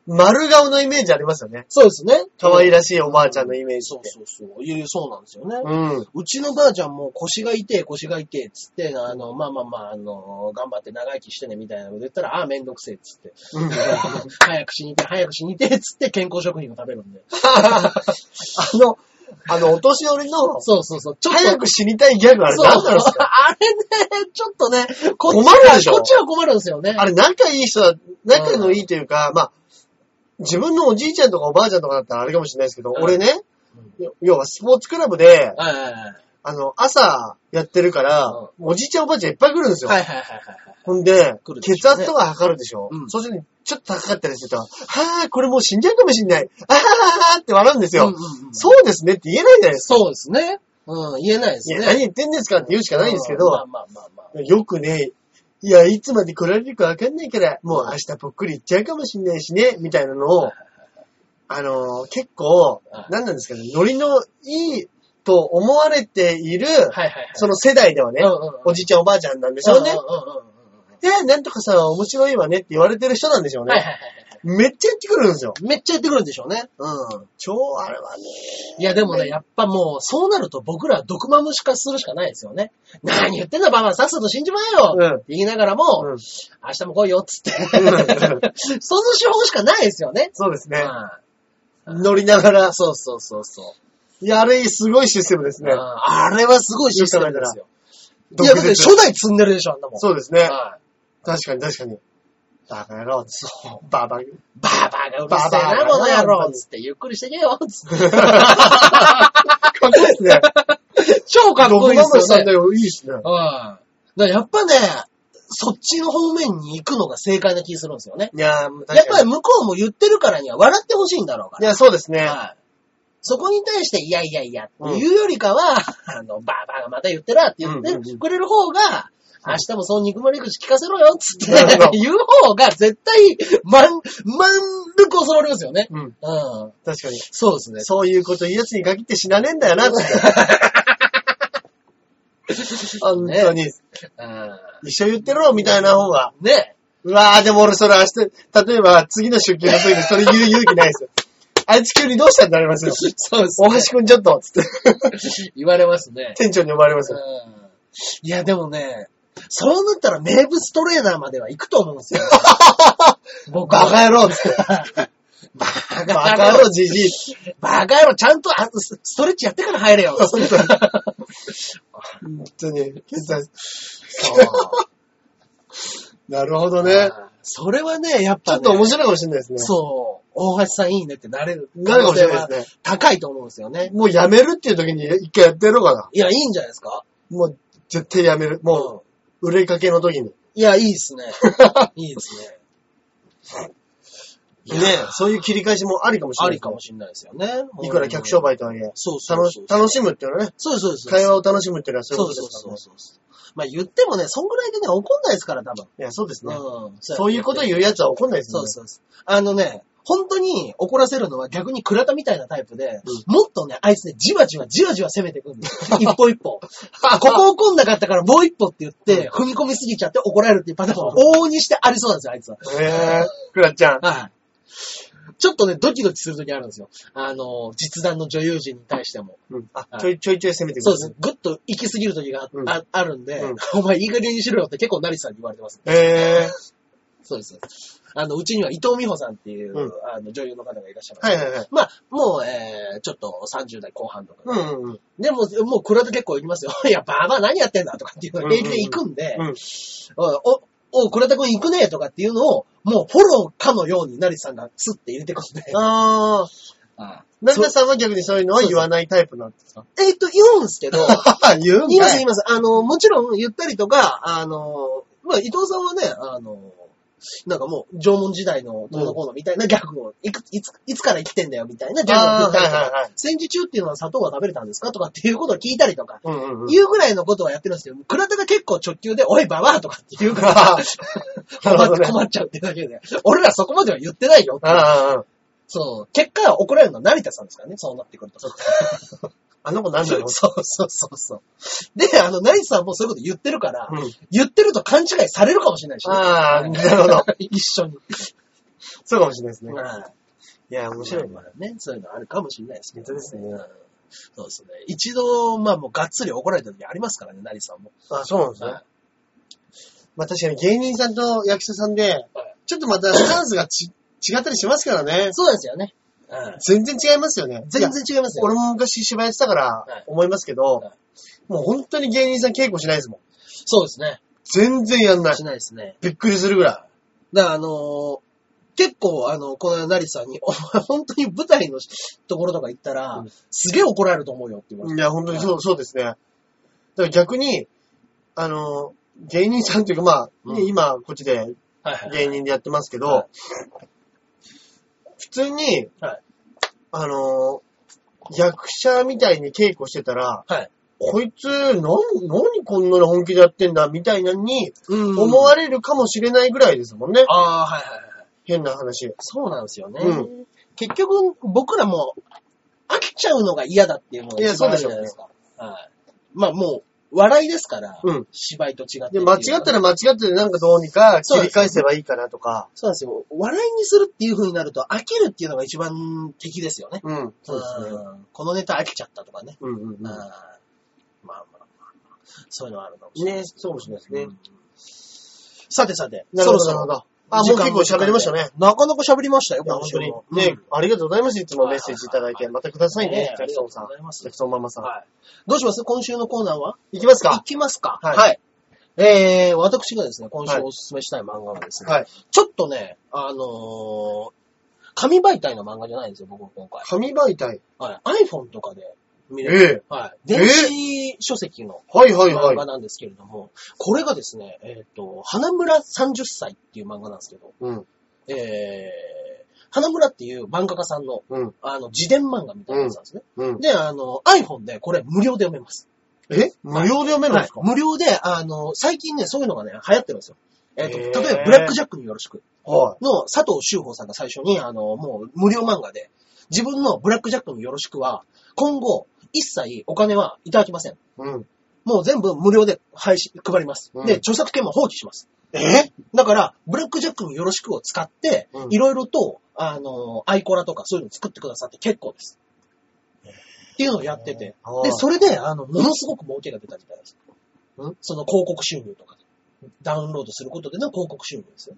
Speaker 2: 丸顔のイメージありますよね。
Speaker 1: そうですね。
Speaker 2: 可愛
Speaker 1: らし
Speaker 2: らしいおばあちゃんのイメー
Speaker 1: い。
Speaker 2: ジ
Speaker 1: そ
Speaker 2: っ
Speaker 1: う
Speaker 2: て。
Speaker 1: そうそう。いうそうなんですよね。
Speaker 2: うん。
Speaker 1: うちのばあちゃんも腰が痛え、腰が痛え、つって、あの、まあまあまあ、あの、頑張って長生きしてね、みたいなこと言ったら、ああ、めんどくせえ、つって。
Speaker 2: う ん
Speaker 1: 早く死にてえ、早く死にてえ、つって健康食品を食べるん で。あの、
Speaker 2: あの、お年寄りの、
Speaker 1: そうそうそう。ちょっと。
Speaker 2: 早く死にたいギャグあれ
Speaker 1: そう
Speaker 2: 何なんですか
Speaker 1: あれね、ちょっとね、こっち
Speaker 2: 困るでしょ
Speaker 1: こっちは困るんですよね。
Speaker 2: あれ仲いい人は、仲のいいというか、まあ、自分のおじいちゃんとかおばあちゃんとかだったらあれかもしれないですけど、
Speaker 1: うん
Speaker 2: 俺ね、よ要はスポーツクラブで、
Speaker 1: はいはいはい
Speaker 2: あの、朝やってるから、
Speaker 1: うん
Speaker 2: おじいちゃんおばあちゃんいっぱい来るんですよ。
Speaker 1: はいはいはいはい。
Speaker 2: ほんで
Speaker 1: 来る、でし
Speaker 2: 血
Speaker 1: ょうね
Speaker 2: 圧とか測るでしょ、
Speaker 1: うん
Speaker 2: そうするとちょっと高かったりすると、はぁ、これもう死んじゃうかもしんない。あはははって笑うんですよ、
Speaker 1: うんうんうん
Speaker 2: そうですねって言えないじゃないですか。
Speaker 1: そうですね。うん、言えないです
Speaker 2: い
Speaker 1: ね。
Speaker 2: や、何言ってんですかって言うしかないんですけど、
Speaker 1: うんまあまあまあまあ。
Speaker 2: よくね、いや、いつまで来られるかわかんないから、もう明日ぽっくり行っちゃうかもしんないしね、みたいなのを、あのー結構
Speaker 1: はい、
Speaker 2: 何なんですかね、ノリのいいと思われている、
Speaker 1: はいはいはい。
Speaker 2: その世代ではね
Speaker 1: うんうんうん、
Speaker 2: おじいちゃんおばあちゃんなんでしょうね
Speaker 1: うん。うんうんうんうん
Speaker 2: え、なんとかさ、面白いわねって言われてる人なんでしょう
Speaker 1: はいはい
Speaker 2: ね。
Speaker 1: はいはい。
Speaker 2: めっちゃ言ってくるんですよ。
Speaker 1: めっちゃ言ってくるんでしょうね。うん。
Speaker 2: 超あれはね。
Speaker 1: いやでもね、やっぱもう、そうなると僕らは毒まむしかするしかないですよね。何言ってんだ、ババア、さっさと死んじまえよ、
Speaker 2: う
Speaker 1: っ
Speaker 2: ん
Speaker 1: て言いながらも、
Speaker 2: うん
Speaker 1: 明日も来いよ、つって。そ
Speaker 2: ん
Speaker 1: の手法しかないですよね。
Speaker 2: そうですね。
Speaker 1: あ
Speaker 2: 乗りながら。
Speaker 1: そうそうそうそ
Speaker 2: いや、あれ、すごいシステムです
Speaker 1: う、
Speaker 2: ね。
Speaker 1: ああれはすごいシステムですよ。い
Speaker 2: よく考
Speaker 1: や、
Speaker 2: えたら
Speaker 1: だって初代積んでるでしょ、あんなもん。
Speaker 2: そうですね。
Speaker 1: はい
Speaker 2: 確かに確かに。バカ野郎、そう。バ バ
Speaker 1: バーバーがうるせえな、
Speaker 2: バ
Speaker 1: こ
Speaker 2: バ
Speaker 1: の
Speaker 2: アが
Speaker 1: 野郎つって、ゆっくりしてけよつって。
Speaker 2: かっこいいですね。
Speaker 1: 超かっこいいですよね。
Speaker 2: よ、いいですね。
Speaker 1: うん。だからやっぱね、そっちの方面に行くのが正解な気するんですよね。
Speaker 2: いやー、
Speaker 1: やっぱり
Speaker 2: り、
Speaker 1: 向こうも言ってるからには笑ってほしいんだろうか
Speaker 2: い
Speaker 1: ら。
Speaker 2: や、そうですね。
Speaker 1: はい。そこに対して、いやいやいやっていうよりかは、 あの、バーバーがまた言ってらって言
Speaker 2: うんうんう
Speaker 1: って
Speaker 2: ん
Speaker 1: くれる方が、明日もその憎まれ口聞かせろよっつっ
Speaker 2: なるほど
Speaker 1: て 言う方が絶対、まん、まんるく教わりますよね。
Speaker 2: うん、
Speaker 1: うん。
Speaker 2: 確かに。
Speaker 1: そうですね。
Speaker 2: そういうこと言うやつに限って死なねえんだよな、つって。 本当に、
Speaker 1: うん
Speaker 2: 一緒言ってろ、みたいな方が。
Speaker 1: ね。
Speaker 2: うわー、でも俺それ明日、例えば次の出勤の時にそれ言う勇気ない ですよ。あいつ急にどうしたってなりますよ。
Speaker 1: そうです
Speaker 2: 大橋くんちょっと、つって。
Speaker 1: 言われますね。
Speaker 2: 店長に呼ばれますよ。
Speaker 1: うんいや、でもね、そうなったら名物トレーナーまでは行くと思うんです よ。僕
Speaker 2: バカ野郎、つって。
Speaker 1: バ カ
Speaker 2: バカ
Speaker 1: 野
Speaker 2: 野郎、
Speaker 1: 郎、
Speaker 2: じじい。
Speaker 1: バカ野郎、ちゃんとあスストレッチやってから入れよ。
Speaker 2: 本当に
Speaker 1: そ
Speaker 2: 本当に、決断
Speaker 1: う
Speaker 2: なるほどね。
Speaker 1: それはね、やっ
Speaker 2: ちょ
Speaker 1: ぱ、
Speaker 2: っと面
Speaker 1: い。
Speaker 2: 白いかもしれないですね。
Speaker 1: そう。大橋さんいいねってなれる。
Speaker 2: なるかもしれない
Speaker 1: 可能
Speaker 2: で
Speaker 1: 性
Speaker 2: す
Speaker 1: は高いと思うんですよね
Speaker 2: ね。。もうやめるっていう時に一回やってやろうかな。
Speaker 1: いや、いいんじゃないですか
Speaker 2: もう絶対やめる。もう、売れかけの時に。ね
Speaker 1: いや、いい ですね。いいですね。いや
Speaker 2: そういう切り返しもありかもしれ
Speaker 1: あ
Speaker 2: ない。
Speaker 1: りかもしれないですよね。
Speaker 2: いくら客商売とはいえ、
Speaker 1: そうそう
Speaker 2: 楽
Speaker 1: そ
Speaker 2: し
Speaker 1: う。
Speaker 2: 楽しむっていうのはね、
Speaker 1: そうですそうです。
Speaker 2: 会話を楽しむっていうのはそういう
Speaker 1: そ
Speaker 2: こ
Speaker 1: う
Speaker 2: と
Speaker 1: そう
Speaker 2: です
Speaker 1: そ
Speaker 2: からね
Speaker 1: う。そう。まあ言ってもね、そんぐらいでね、怒んないですから、多分。
Speaker 2: いや、そうですね。
Speaker 1: うん。
Speaker 2: そういうこと
Speaker 1: う。
Speaker 2: 言うやつは怒んないです
Speaker 1: そ
Speaker 2: よ
Speaker 1: う
Speaker 2: ね。
Speaker 1: そうそう。あのね、本当に怒らせるのは逆に倉田みたいなタイプで、もっとね、あいつね、じわじわじわじわ攻めて くんです。一歩一歩。あ、ここ怒んなかったからもう一歩って言って、踏み込みすぎちゃって怒られるっていうパターンが往々にしてありそうなんですよ、あいつは。
Speaker 2: えー、クラちゃん。
Speaker 1: はい。ちょっとね、ドキドキするときあるんですよ。あの、実弾の女優陣に対しても。
Speaker 2: うん
Speaker 1: は
Speaker 2: あ、
Speaker 1: い
Speaker 2: ちょいちょいちょい攻めてくる。
Speaker 1: そうです。ぐっと行き過ぎる時があ,、
Speaker 2: うん
Speaker 1: ああるんで、
Speaker 2: うん
Speaker 1: お前いい加減にしろよって結構成さんに言われてます。
Speaker 2: え
Speaker 1: そうです。あの、うちには伊藤美穂さんっていう、
Speaker 2: うん
Speaker 1: あの女優の方がいらっしゃるん
Speaker 2: ー、
Speaker 1: です
Speaker 2: はいはいはい。
Speaker 1: まあ、もう、えー、ちょっと30代後半とか。
Speaker 2: うんうんうん。
Speaker 1: でも、もうこれで結構行きますよ。 いや、ばあば何やってんだとかっていうのが平気で行くんで、
Speaker 2: うんうんうん
Speaker 1: おいお、お、倉田君行くねとかっていうのを、もうフォローかのように成さんがスッて入れてくんで。
Speaker 2: あー、旦那さんは逆にそういうのは言わないタイプなんですか
Speaker 1: えーっと、言うんですけど、
Speaker 2: 言うんかい
Speaker 1: 言います、言います。あの、もちろん言ったりとか、あの、まあ、伊藤さんはね、あの、なんかもう、縄文時代のどうのこうのみたいなギャグを、いくいつ、いつから生きてんだよみたいなギャグを
Speaker 2: あ
Speaker 1: 振っ
Speaker 2: ー
Speaker 1: たり
Speaker 2: は
Speaker 1: と
Speaker 2: い
Speaker 1: か、
Speaker 2: はいはい。
Speaker 1: 戦時中っていうのは砂糖が食べれたんですかとかっていうことを聞いたりとか、
Speaker 2: うんうんうん。
Speaker 1: いうぐらいのことはやってるんですけど、倉田が結構直球で、おい、ババアとかって言うから
Speaker 2: あー、なる
Speaker 1: 困
Speaker 2: ほど
Speaker 1: っ
Speaker 2: ね
Speaker 1: 困っちゃうってだけで、俺らそこまでは言ってないよって。
Speaker 2: あーあー、
Speaker 1: そう。結果は怒られるのは成田さんですからね、そうなってくると。
Speaker 2: あの子なんだろう。
Speaker 1: そうそうそうそう。で、あの、ナイスさんもそういうこと言ってるから、
Speaker 2: うん
Speaker 1: 言ってると勘違いされるかもしれないし、ね。
Speaker 2: ああ、なるほど。
Speaker 1: 一緒に。
Speaker 2: そうかもしれないですね。
Speaker 1: はい
Speaker 2: や、面
Speaker 1: 面
Speaker 2: 白
Speaker 1: 白
Speaker 2: い
Speaker 1: い
Speaker 2: ね
Speaker 1: か。らね。そういうのあるかもしれないですけど、
Speaker 2: 本当ですね
Speaker 1: うんそうですね。一度、まあもうがっつり怒られた時ありますからね、ナイスさんも。
Speaker 2: あそうなんですね
Speaker 1: は。
Speaker 2: まあ確かに芸人さんと役者さんで、ちょっとまたスタンスが ち違ったりしますからね
Speaker 1: い。そうなんですよね。うん
Speaker 2: 全然違いますよね。
Speaker 1: 全然違います
Speaker 2: い
Speaker 1: よ、
Speaker 2: や俺
Speaker 1: ね。
Speaker 2: も昔芝居やってたから
Speaker 1: はい
Speaker 2: 思いますけど
Speaker 1: はい、
Speaker 2: もう本当に芸人さん稽古しないですもん。
Speaker 1: そうですね。
Speaker 2: 全然やんない
Speaker 1: し。ないですね。
Speaker 2: びっくりするぐら
Speaker 1: だから、あのー結構、あの、このナリさんに、お 前本当に舞台のところとか行ったら、
Speaker 2: うん
Speaker 1: すげえ怒られると思うよって言われて
Speaker 2: い。いや、本当にそう、そうですね。だから逆に、あの、芸人さんというかまあ、ね
Speaker 1: うん
Speaker 2: 今こっちで
Speaker 1: はいはいはい
Speaker 2: 芸人でやってますけど、
Speaker 1: はい
Speaker 2: 普通に、
Speaker 1: はい
Speaker 2: あのー役者みたいに稽古してたら、
Speaker 1: はい
Speaker 2: こいつ、なん、何こんなに本気でやってんだ、みたいなのに、
Speaker 1: うん
Speaker 2: 思われるかもしれないぐらいですもんね。
Speaker 1: ああ、はいはいはい。
Speaker 2: 変な話。
Speaker 1: そうなんですよね。
Speaker 2: う
Speaker 1: 結局、僕らも飽きちゃうのが嫌だっていうのが
Speaker 2: いや
Speaker 1: 一番あるじゃないですか。はい。まあもう、笑いですから、
Speaker 2: うん
Speaker 1: 芝居と違ってってい
Speaker 2: で、
Speaker 1: う
Speaker 2: 間
Speaker 1: か
Speaker 2: 違ったら間違ってなんかどうにか
Speaker 1: そうですね
Speaker 2: 切り返せばいいかなとか。
Speaker 1: そうなんですよ。笑いにするっていう風になると飽きるっていうのが一番敵ですよね。
Speaker 2: うん、そうですね。
Speaker 1: んこのネタ飽きちゃったとかね。
Speaker 2: うんうん
Speaker 1: うんま
Speaker 2: う
Speaker 1: あまあまあまあ。そういうのはあるかもし
Speaker 2: ん。
Speaker 1: れない。
Speaker 2: ね、そうかもしれないですね。
Speaker 1: うんさてさて、
Speaker 2: なるほど、
Speaker 1: そ
Speaker 2: な
Speaker 1: ろ
Speaker 2: るほ
Speaker 1: そろ。
Speaker 2: ど。あ、もう結構喋りましたね。。
Speaker 1: なかなか喋りましたよ、
Speaker 2: いや、本当に
Speaker 1: 今。週
Speaker 2: ね
Speaker 1: もうん、
Speaker 2: ありがとうございます。いつもメッセージいただいて。
Speaker 1: は
Speaker 2: またくださいね
Speaker 1: ね。
Speaker 2: ジャクソンさん
Speaker 1: ありがとうござい。ます
Speaker 2: ジャクソンママさん。
Speaker 1: はい。どうします今週のコーナーはい
Speaker 2: きます
Speaker 1: 行
Speaker 2: か
Speaker 1: きますか。
Speaker 2: はい
Speaker 1: えー、私がですね、今週
Speaker 2: はい
Speaker 1: おすすめしたい漫画はですね、
Speaker 2: はい。
Speaker 1: ちょっとね、あのー紙媒体の漫画じゃないんですよ、僕今回。
Speaker 2: 紙媒体。
Speaker 1: はい。iPhone とかで見れる
Speaker 2: え。
Speaker 1: はい。電子書籍の
Speaker 2: はいはいは
Speaker 1: 漫
Speaker 2: い
Speaker 1: 画。なんですけれども、これがですね、えっ、と、花村30歳っていう漫画なんですけど、
Speaker 2: うん。
Speaker 1: えー、花村っていう漫画家さんの、
Speaker 2: うん。
Speaker 1: あの、自伝漫画みたいなやつなんですね。
Speaker 2: うん。
Speaker 1: で、あの、iPhone でこれ無料で読めます。
Speaker 2: え無料で読めるんですか、
Speaker 1: 無料で、あの、最近ね、そういうのがね、流行ってるんですよ。えっ、と、
Speaker 2: へー
Speaker 1: 例えば、ブラックジャックによろしく
Speaker 2: はい。
Speaker 1: の佐藤修法さんが最初に、あの、もう無料漫画で、自分のブラックジャックによろしくは、今後、一切お金はいただきません。
Speaker 2: うん。
Speaker 1: もう全部無料で配信、配ります。
Speaker 2: うん
Speaker 1: で、著作権も放棄します。
Speaker 2: え
Speaker 1: だから、ブラックジャックによろしくを使って
Speaker 2: う、ん
Speaker 1: いろいろと、あの、アイコラとかそういうの作ってくださって結構です。っていうのをやってて。
Speaker 2: は
Speaker 1: で、
Speaker 2: い
Speaker 1: それで、あの、ものすごく儲けが出たみたいです。
Speaker 2: ん
Speaker 1: その広告収入とか、ダウンロードすることでの広告収入ですよ。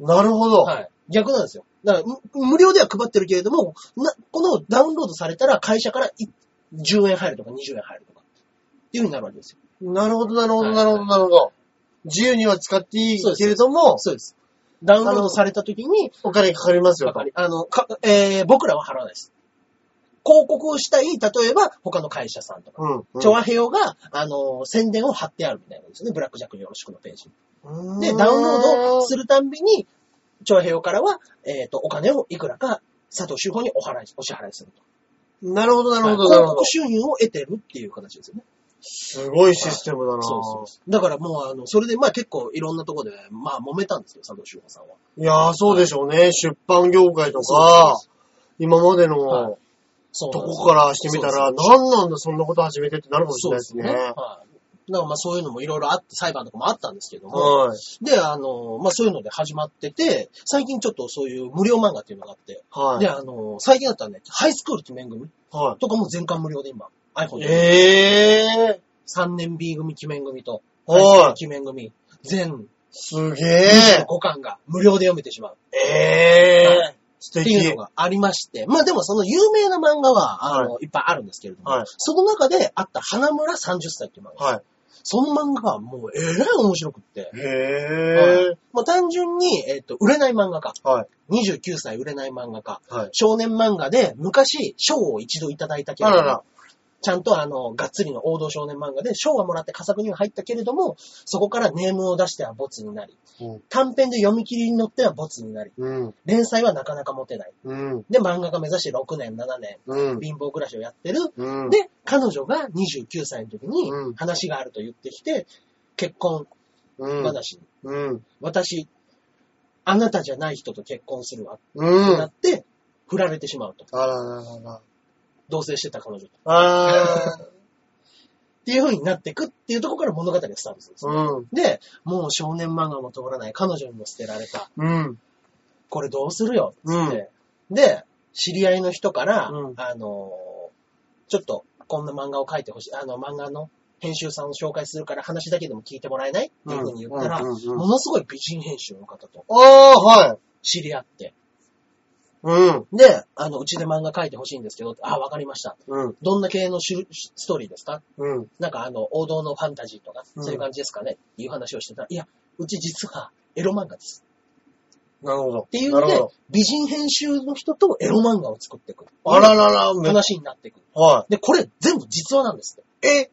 Speaker 2: なるほど。
Speaker 1: はい。逆なんですよ。だから、む無料では配ってるけれども、なこのダウンロードされたら会社からい10円入るとか20円入るとか、っていう風になるわけですよ。
Speaker 2: なるほど、なるほど、
Speaker 1: はい
Speaker 2: なるほど、なるほど。自由には使っていいけれども、
Speaker 1: そうです。ダウンロードされた時に、
Speaker 2: お金かかりますよと。
Speaker 1: あの、かえー僕らは払わないです。広告をしたい、例えば他の会社さんとか、
Speaker 2: うん。うん
Speaker 1: チョアヘヨが、あの、宣伝を貼ってあるみたいなんですね。ブラックジャックによろしくのページに。で、ダウンロードするたんびに、チョアヘヨからは、えっ、と、お金をいくらか、佐藤修法にお払い、お支払いすると。
Speaker 2: る。なるほど、なるほど、
Speaker 1: 広
Speaker 2: なるほど
Speaker 1: 告。収入を得てるっていう形ですよね。
Speaker 2: すごいシステムだな
Speaker 1: そうそうそう。だからもう、あの、それでまあ結構いろんなところで、まあ揉めたんですよ、佐藤修法さんは。
Speaker 2: いやー、そうでしょうね。出版業界と
Speaker 1: そう
Speaker 2: か
Speaker 1: そ、
Speaker 2: 今までの
Speaker 1: はいそう
Speaker 2: と
Speaker 1: なんですよ
Speaker 2: こからしてみたら、
Speaker 1: そうそう
Speaker 2: なんなんだ、そんなこと始めてってなるかもし
Speaker 1: そう
Speaker 2: れな
Speaker 1: で
Speaker 2: いで
Speaker 1: ね。はい。
Speaker 2: すすね。
Speaker 1: だからまあそういうのもいろいろあって、裁判とかもあったんですけども、
Speaker 2: はい。
Speaker 1: で、あの、まあそういうので始まってて、最近ちょっとそういう無料漫画っていうのがあって、
Speaker 2: はい。
Speaker 1: で、あの、最近だったらね、ハイスクール鬼面組
Speaker 2: は
Speaker 1: とかも全巻無料で今、iPhone
Speaker 2: い。
Speaker 1: で、
Speaker 2: え
Speaker 1: 3年 B 組鬼面組と、
Speaker 2: ー。
Speaker 1: ハイスクール
Speaker 2: はい。
Speaker 1: 鬼面組、全
Speaker 2: すげえ。
Speaker 1: 25巻が無料で読めてしまう
Speaker 2: えー。素
Speaker 1: っていうの
Speaker 2: 敵。
Speaker 1: がありまして、まあでもその有名な漫画は、あの、いっぱいあるんですけれども、
Speaker 2: はい
Speaker 1: その中であった花村30歳っていう漫画、
Speaker 2: は
Speaker 1: その漫画はもうえらい面白くって、
Speaker 2: い。へー。
Speaker 1: もう単純に、えっ、と、売れない漫画家。
Speaker 2: はい。
Speaker 1: 29歳売れない漫画家。
Speaker 2: はい。
Speaker 1: 少年漫画で昔賞を一度いただいたけれ
Speaker 2: あ
Speaker 1: ども、
Speaker 2: らら。
Speaker 1: ちゃんとあの、がっつりの王道少年漫画で賞はもらって佳作には入ったけれども、そこからネームを出してはボツになり、
Speaker 2: うん
Speaker 1: 短編で読み切りに乗ってはボツになり、
Speaker 2: うん。
Speaker 1: 連載はなかなか持てない。
Speaker 2: うん。
Speaker 1: で、漫画家目指して6年、7年、
Speaker 2: うん。
Speaker 1: 貧乏暮らしをやってる。
Speaker 2: うん。
Speaker 1: で、彼女が29歳の時に
Speaker 2: うん
Speaker 1: 話があると言ってきて、結婚
Speaker 2: うん。
Speaker 1: 話に
Speaker 2: うん。
Speaker 1: 私、あなたじゃない人と結婚するわっ
Speaker 2: う。
Speaker 1: てなんって、振られてしまうと。
Speaker 2: あらららら。
Speaker 1: 同棲してた彼女と。っ
Speaker 2: あ
Speaker 1: ていう風になっていくっていうところから物語がスタートするんです
Speaker 2: ー。
Speaker 1: よ。
Speaker 2: うん。
Speaker 1: で、もう少年漫画も通らない、彼女にも捨てられた、
Speaker 2: うん。
Speaker 1: これどうするよ、つ
Speaker 2: う
Speaker 1: っ
Speaker 2: ん。
Speaker 1: て。で、知り合いの人から、
Speaker 2: うん
Speaker 1: あのーちょっとこんな漫画を描いてほしい、あの漫画の編集さんを紹介するから話だけでも聞いてもらえないっていう風に言ったら、
Speaker 2: うんうんうんうん
Speaker 1: ものすごい美人編集の方と
Speaker 2: ああ、はい。
Speaker 1: 知り合って、
Speaker 2: うん。
Speaker 1: で、あの、うちで漫画描いてほしいんですけど、あ、わかりました。
Speaker 2: うん。
Speaker 1: どんな系のシュストーリーですか
Speaker 2: うん。
Speaker 1: なんかあの、王道のファンタジーとか、
Speaker 2: うん
Speaker 1: そういう感じですかね、っていう話をしてたら、いや、うち実はエロ漫画です。
Speaker 2: なるほど。っ
Speaker 1: っていうの
Speaker 2: なる
Speaker 1: で
Speaker 2: ほ、
Speaker 1: 美人編集の人とエロ漫画を作っていく。
Speaker 2: ど。あららら、め
Speaker 1: 話になっていく。
Speaker 2: は
Speaker 1: で、これ全部実話なんですっ
Speaker 2: い。え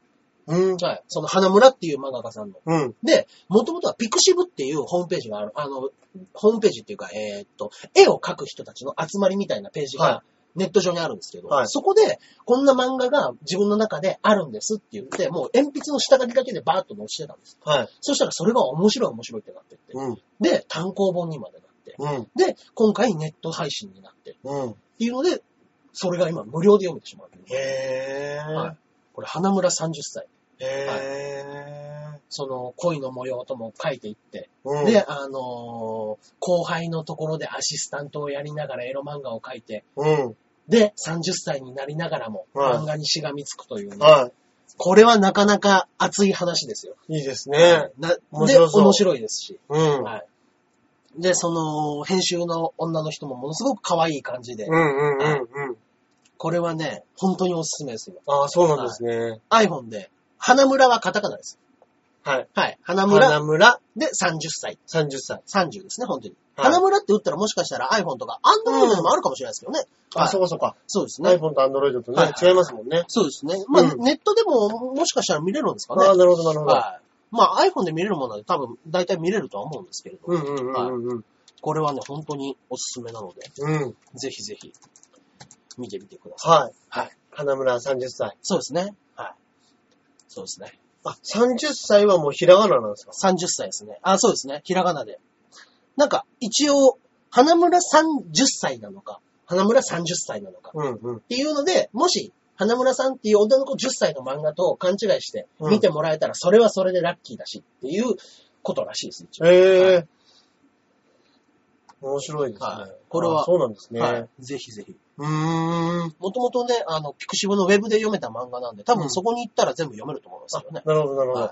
Speaker 2: うん。
Speaker 1: て。はい。その花村っていう漫画家さんの。
Speaker 2: うん。
Speaker 1: で、もともとはピクシブっていうホームページがある、あの、ホームページっていうか、えーっと、絵を描く人たちの集まりみたいなページが
Speaker 2: は
Speaker 1: ネット上にあるんですけど、
Speaker 2: はい
Speaker 1: そこで、こんな漫画が自分の中であるんですって言って、もう鉛筆の下書きだけでバーッと載してたんです。
Speaker 2: はい。
Speaker 1: そしたらそれが面白い面白いってなってって、
Speaker 2: うん。
Speaker 1: で、単行本にまでなって、
Speaker 2: うん。
Speaker 1: で、今回ネット配信になってっ
Speaker 2: うん。
Speaker 1: ていうので、それが今無料で読めてしまうという。
Speaker 2: へー。
Speaker 1: はいこれ、花村30歳。
Speaker 2: へ
Speaker 1: その恋の模様とも書いていって、
Speaker 2: ー。うん。
Speaker 1: で、あのー後輩のところでアシスタントをやりながらエロ漫画を描いて、
Speaker 2: うん。
Speaker 1: で、30歳になりながらも
Speaker 2: はい
Speaker 1: 漫画にしがみつくというね、
Speaker 2: は
Speaker 1: これはなかなか熱い話ですよ。
Speaker 2: い。いいですね。
Speaker 1: な
Speaker 2: 面
Speaker 1: で、
Speaker 2: 白そう
Speaker 1: 面白いですし。
Speaker 2: うん。
Speaker 1: はい。で、その、編集の女の人もものすごく可愛い感じで、
Speaker 2: うんうんうんうん。
Speaker 1: これはね、本当におすすめですよ。
Speaker 2: ああ、そうなんですね。
Speaker 1: iPhone で、花村はカタカナです。
Speaker 2: はい。
Speaker 1: はい。花
Speaker 2: 花
Speaker 1: 村
Speaker 2: 村、
Speaker 1: で30歳。
Speaker 2: 30歳。
Speaker 1: 30ですね、本当に。
Speaker 2: はい
Speaker 1: 花村って打ったらもしかしたら iPhone とか Android でもあるかもしれないですけどね。はい
Speaker 2: あ、そうかそうか。
Speaker 1: そうですね。
Speaker 2: iPhone と Android と
Speaker 1: は
Speaker 2: ね
Speaker 1: い、
Speaker 2: 違いますもんね。
Speaker 1: そうですね。まあ、
Speaker 2: うん
Speaker 1: ネットでももしかしたら見れるんですかね。
Speaker 2: ああ、なるほど、なるほど。
Speaker 1: はい。まあ iPhone で見れるもので多分大体見れるとは思うんですけれど、
Speaker 2: うんうんうんうん
Speaker 1: これはね、本当におすすめなので、
Speaker 2: うん。うん。
Speaker 1: ぜひぜひ見てみてください。
Speaker 2: はい。
Speaker 1: はい。
Speaker 2: 花村30歳。
Speaker 1: そうですね。はい。そうですね。
Speaker 2: あ、30歳はもうひらがななんですか
Speaker 1: 30歳ですね。あ、そうですね。ひらがなで。なんか、一応、花村30歳なのか、花村30歳なのかっ
Speaker 2: うんうん。
Speaker 1: ていうので、もし、花村さんっていう女の子10歳の漫画と勘違いして
Speaker 2: うん
Speaker 1: 見てもらえたら、それはそれでラッキーだしっていうことらしいです、一応。
Speaker 2: ええ。面白いです
Speaker 1: は
Speaker 2: ね
Speaker 1: い。これは
Speaker 2: あそうなんですね。
Speaker 1: はい。ぜひぜひ。
Speaker 2: うーん。
Speaker 1: もともとね、あの、ピクシブのウェブで読めた漫画なんで、多分そこに行ったら全部読めると思いますけどね。
Speaker 2: なるほど、なるほ
Speaker 1: はい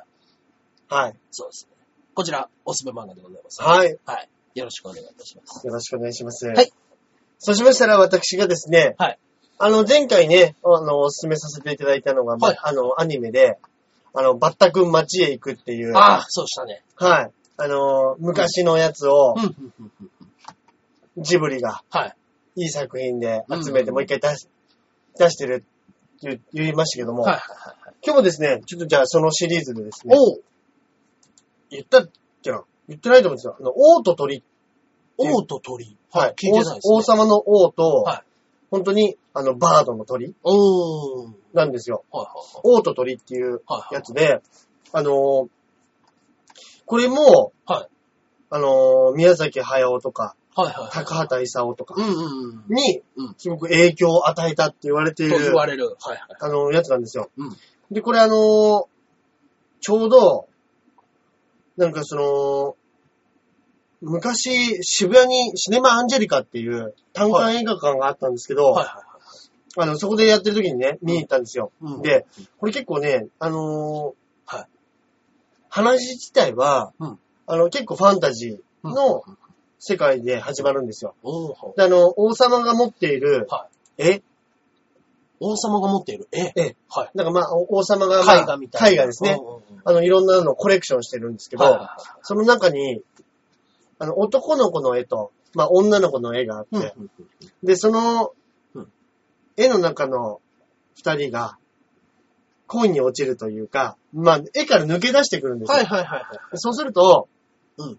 Speaker 2: ど。。はい。
Speaker 1: そうですね。こちら、おすすめ漫画でございます。
Speaker 2: はい。
Speaker 1: はい。よろしくお願いいたします。。
Speaker 2: よろしくお願いします。はいそうしましたら私がですね、
Speaker 1: はい。
Speaker 2: あの、前回ね、あの、お勧めさせていただいたのが、ま
Speaker 1: はい
Speaker 2: あの、アニメで、あの、バッタ君街へ行くっていう、
Speaker 1: ああ、そうしたね。
Speaker 2: はい。あの、昔のやつを
Speaker 1: う、ん、うん、うんうん。
Speaker 2: ジブリが
Speaker 1: はい。
Speaker 2: いい作品で集め
Speaker 1: うん
Speaker 2: て、もう一回出し、出してるって言う言いましたけども、
Speaker 1: はい、はい、はい。
Speaker 2: 今日もですね、ちょっとじゃあそのシリーズでですね、
Speaker 1: おう、
Speaker 2: 言ったじゃん。言ってないと思うんですよ。あの、王と鳥。
Speaker 1: 王と鳥。
Speaker 2: はい。
Speaker 1: 聞いてないですね
Speaker 2: 王王様の王と、
Speaker 1: はい
Speaker 2: 本当に、あの、バードの鳥
Speaker 1: おー。はい、
Speaker 2: なんですよ。
Speaker 1: はい、
Speaker 2: 王と鳥っていう
Speaker 1: はい。
Speaker 2: やつで、あのーこれも、
Speaker 1: はい
Speaker 2: あのー宮崎駿とか、
Speaker 1: はい、はい、はい。
Speaker 2: 高畑勲と
Speaker 1: う
Speaker 2: か
Speaker 1: ん、うん、うん。
Speaker 2: に
Speaker 1: うん、
Speaker 2: すごく影響を与えたって言われてい
Speaker 1: と言
Speaker 2: る、
Speaker 1: われる。はい、はい。
Speaker 2: あのーやつなんですよ。
Speaker 1: うん
Speaker 2: で、これあのーちょうど、なんかその、昔、渋谷にシネマアンジェリカっていう単館映画館があったんですけど、
Speaker 1: はい、は
Speaker 2: あの、そこでやってる時にね、見に行ったんですよ。
Speaker 1: い、はい。うん、
Speaker 2: で、これ結構ね、あのー
Speaker 1: はい
Speaker 2: 話自体は、
Speaker 1: うん
Speaker 2: あの、結構ファンタジー
Speaker 1: うん
Speaker 2: の世界で始まるんですよ。
Speaker 1: おー
Speaker 2: で、あの、王様が持っている、
Speaker 1: は
Speaker 2: え
Speaker 1: 王様が持っている絵。
Speaker 2: え
Speaker 1: はい。
Speaker 2: なんかまあ、お王様が、まあ
Speaker 1: 絵画みたいな。
Speaker 2: 絵画ですね。
Speaker 1: うんうんうん
Speaker 2: あの、いろんなのをコレクションしてるんですけど、
Speaker 1: はいはいはい
Speaker 2: その中に、あの、男の子の絵と、まあ、女の子の絵があって、
Speaker 1: うんうんうん
Speaker 2: で、その
Speaker 1: うん、
Speaker 2: 絵の中の二人が、恋に落ちるというか、まあ、絵から抜け出してくるんですよ。
Speaker 1: はいはいはいはい。
Speaker 2: そうすると、
Speaker 1: うん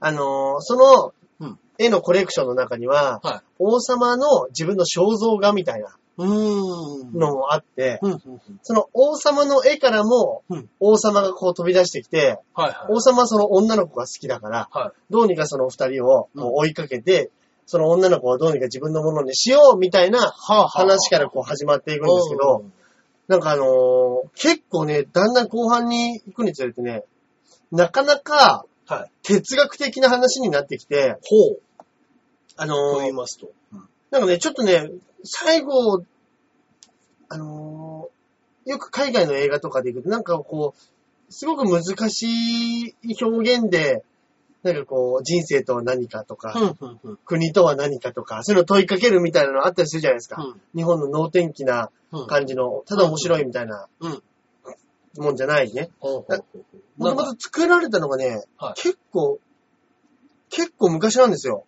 Speaker 2: あのーその、
Speaker 1: うん
Speaker 2: 絵のコレクションの中には、
Speaker 1: はい
Speaker 2: 王様の自分の肖像画みたいな
Speaker 1: うーん。
Speaker 2: のもあって、
Speaker 1: うんうんうん。
Speaker 2: その王様の絵からも
Speaker 1: うん、
Speaker 2: 王様がこう飛び出してきて、
Speaker 1: はいはい。
Speaker 2: 王様はその女の子が好きだから、
Speaker 1: は
Speaker 2: どうにかその二人を
Speaker 1: うん。
Speaker 2: こう追いかけて、その女の子をどうにか自分のものにしようみたいない
Speaker 1: はあ
Speaker 2: 話からこう始まっていくんですけど、なんかあのー結構ね、だんだん後半に行くにつれてね、なかなか
Speaker 1: ら。はい。
Speaker 2: 哲学的な話になってきて、
Speaker 1: ほう。
Speaker 2: あの
Speaker 1: と言い
Speaker 2: ー
Speaker 1: ますと。
Speaker 2: なんかね、ちょっとね、最後、あのーよく海外の映画とかで行くと、なんかこう、すごく難しい表現で、なんかこう、人生とは何かとか、
Speaker 1: うんうんうん。
Speaker 2: 国とは何かとか、そういうの問いかけるみたいなのあったりするじゃないですか。
Speaker 1: うん
Speaker 2: 日本の能天気な
Speaker 1: うん。
Speaker 2: 感じの、ただ面白いみたいな
Speaker 1: うん。
Speaker 2: もんじゃないね。
Speaker 1: ほうほうほうほ
Speaker 2: も
Speaker 1: う。
Speaker 2: と
Speaker 1: な
Speaker 2: も
Speaker 1: んか
Speaker 2: と作られたのがね、
Speaker 1: はい
Speaker 2: 結構、結構昔なんですよ。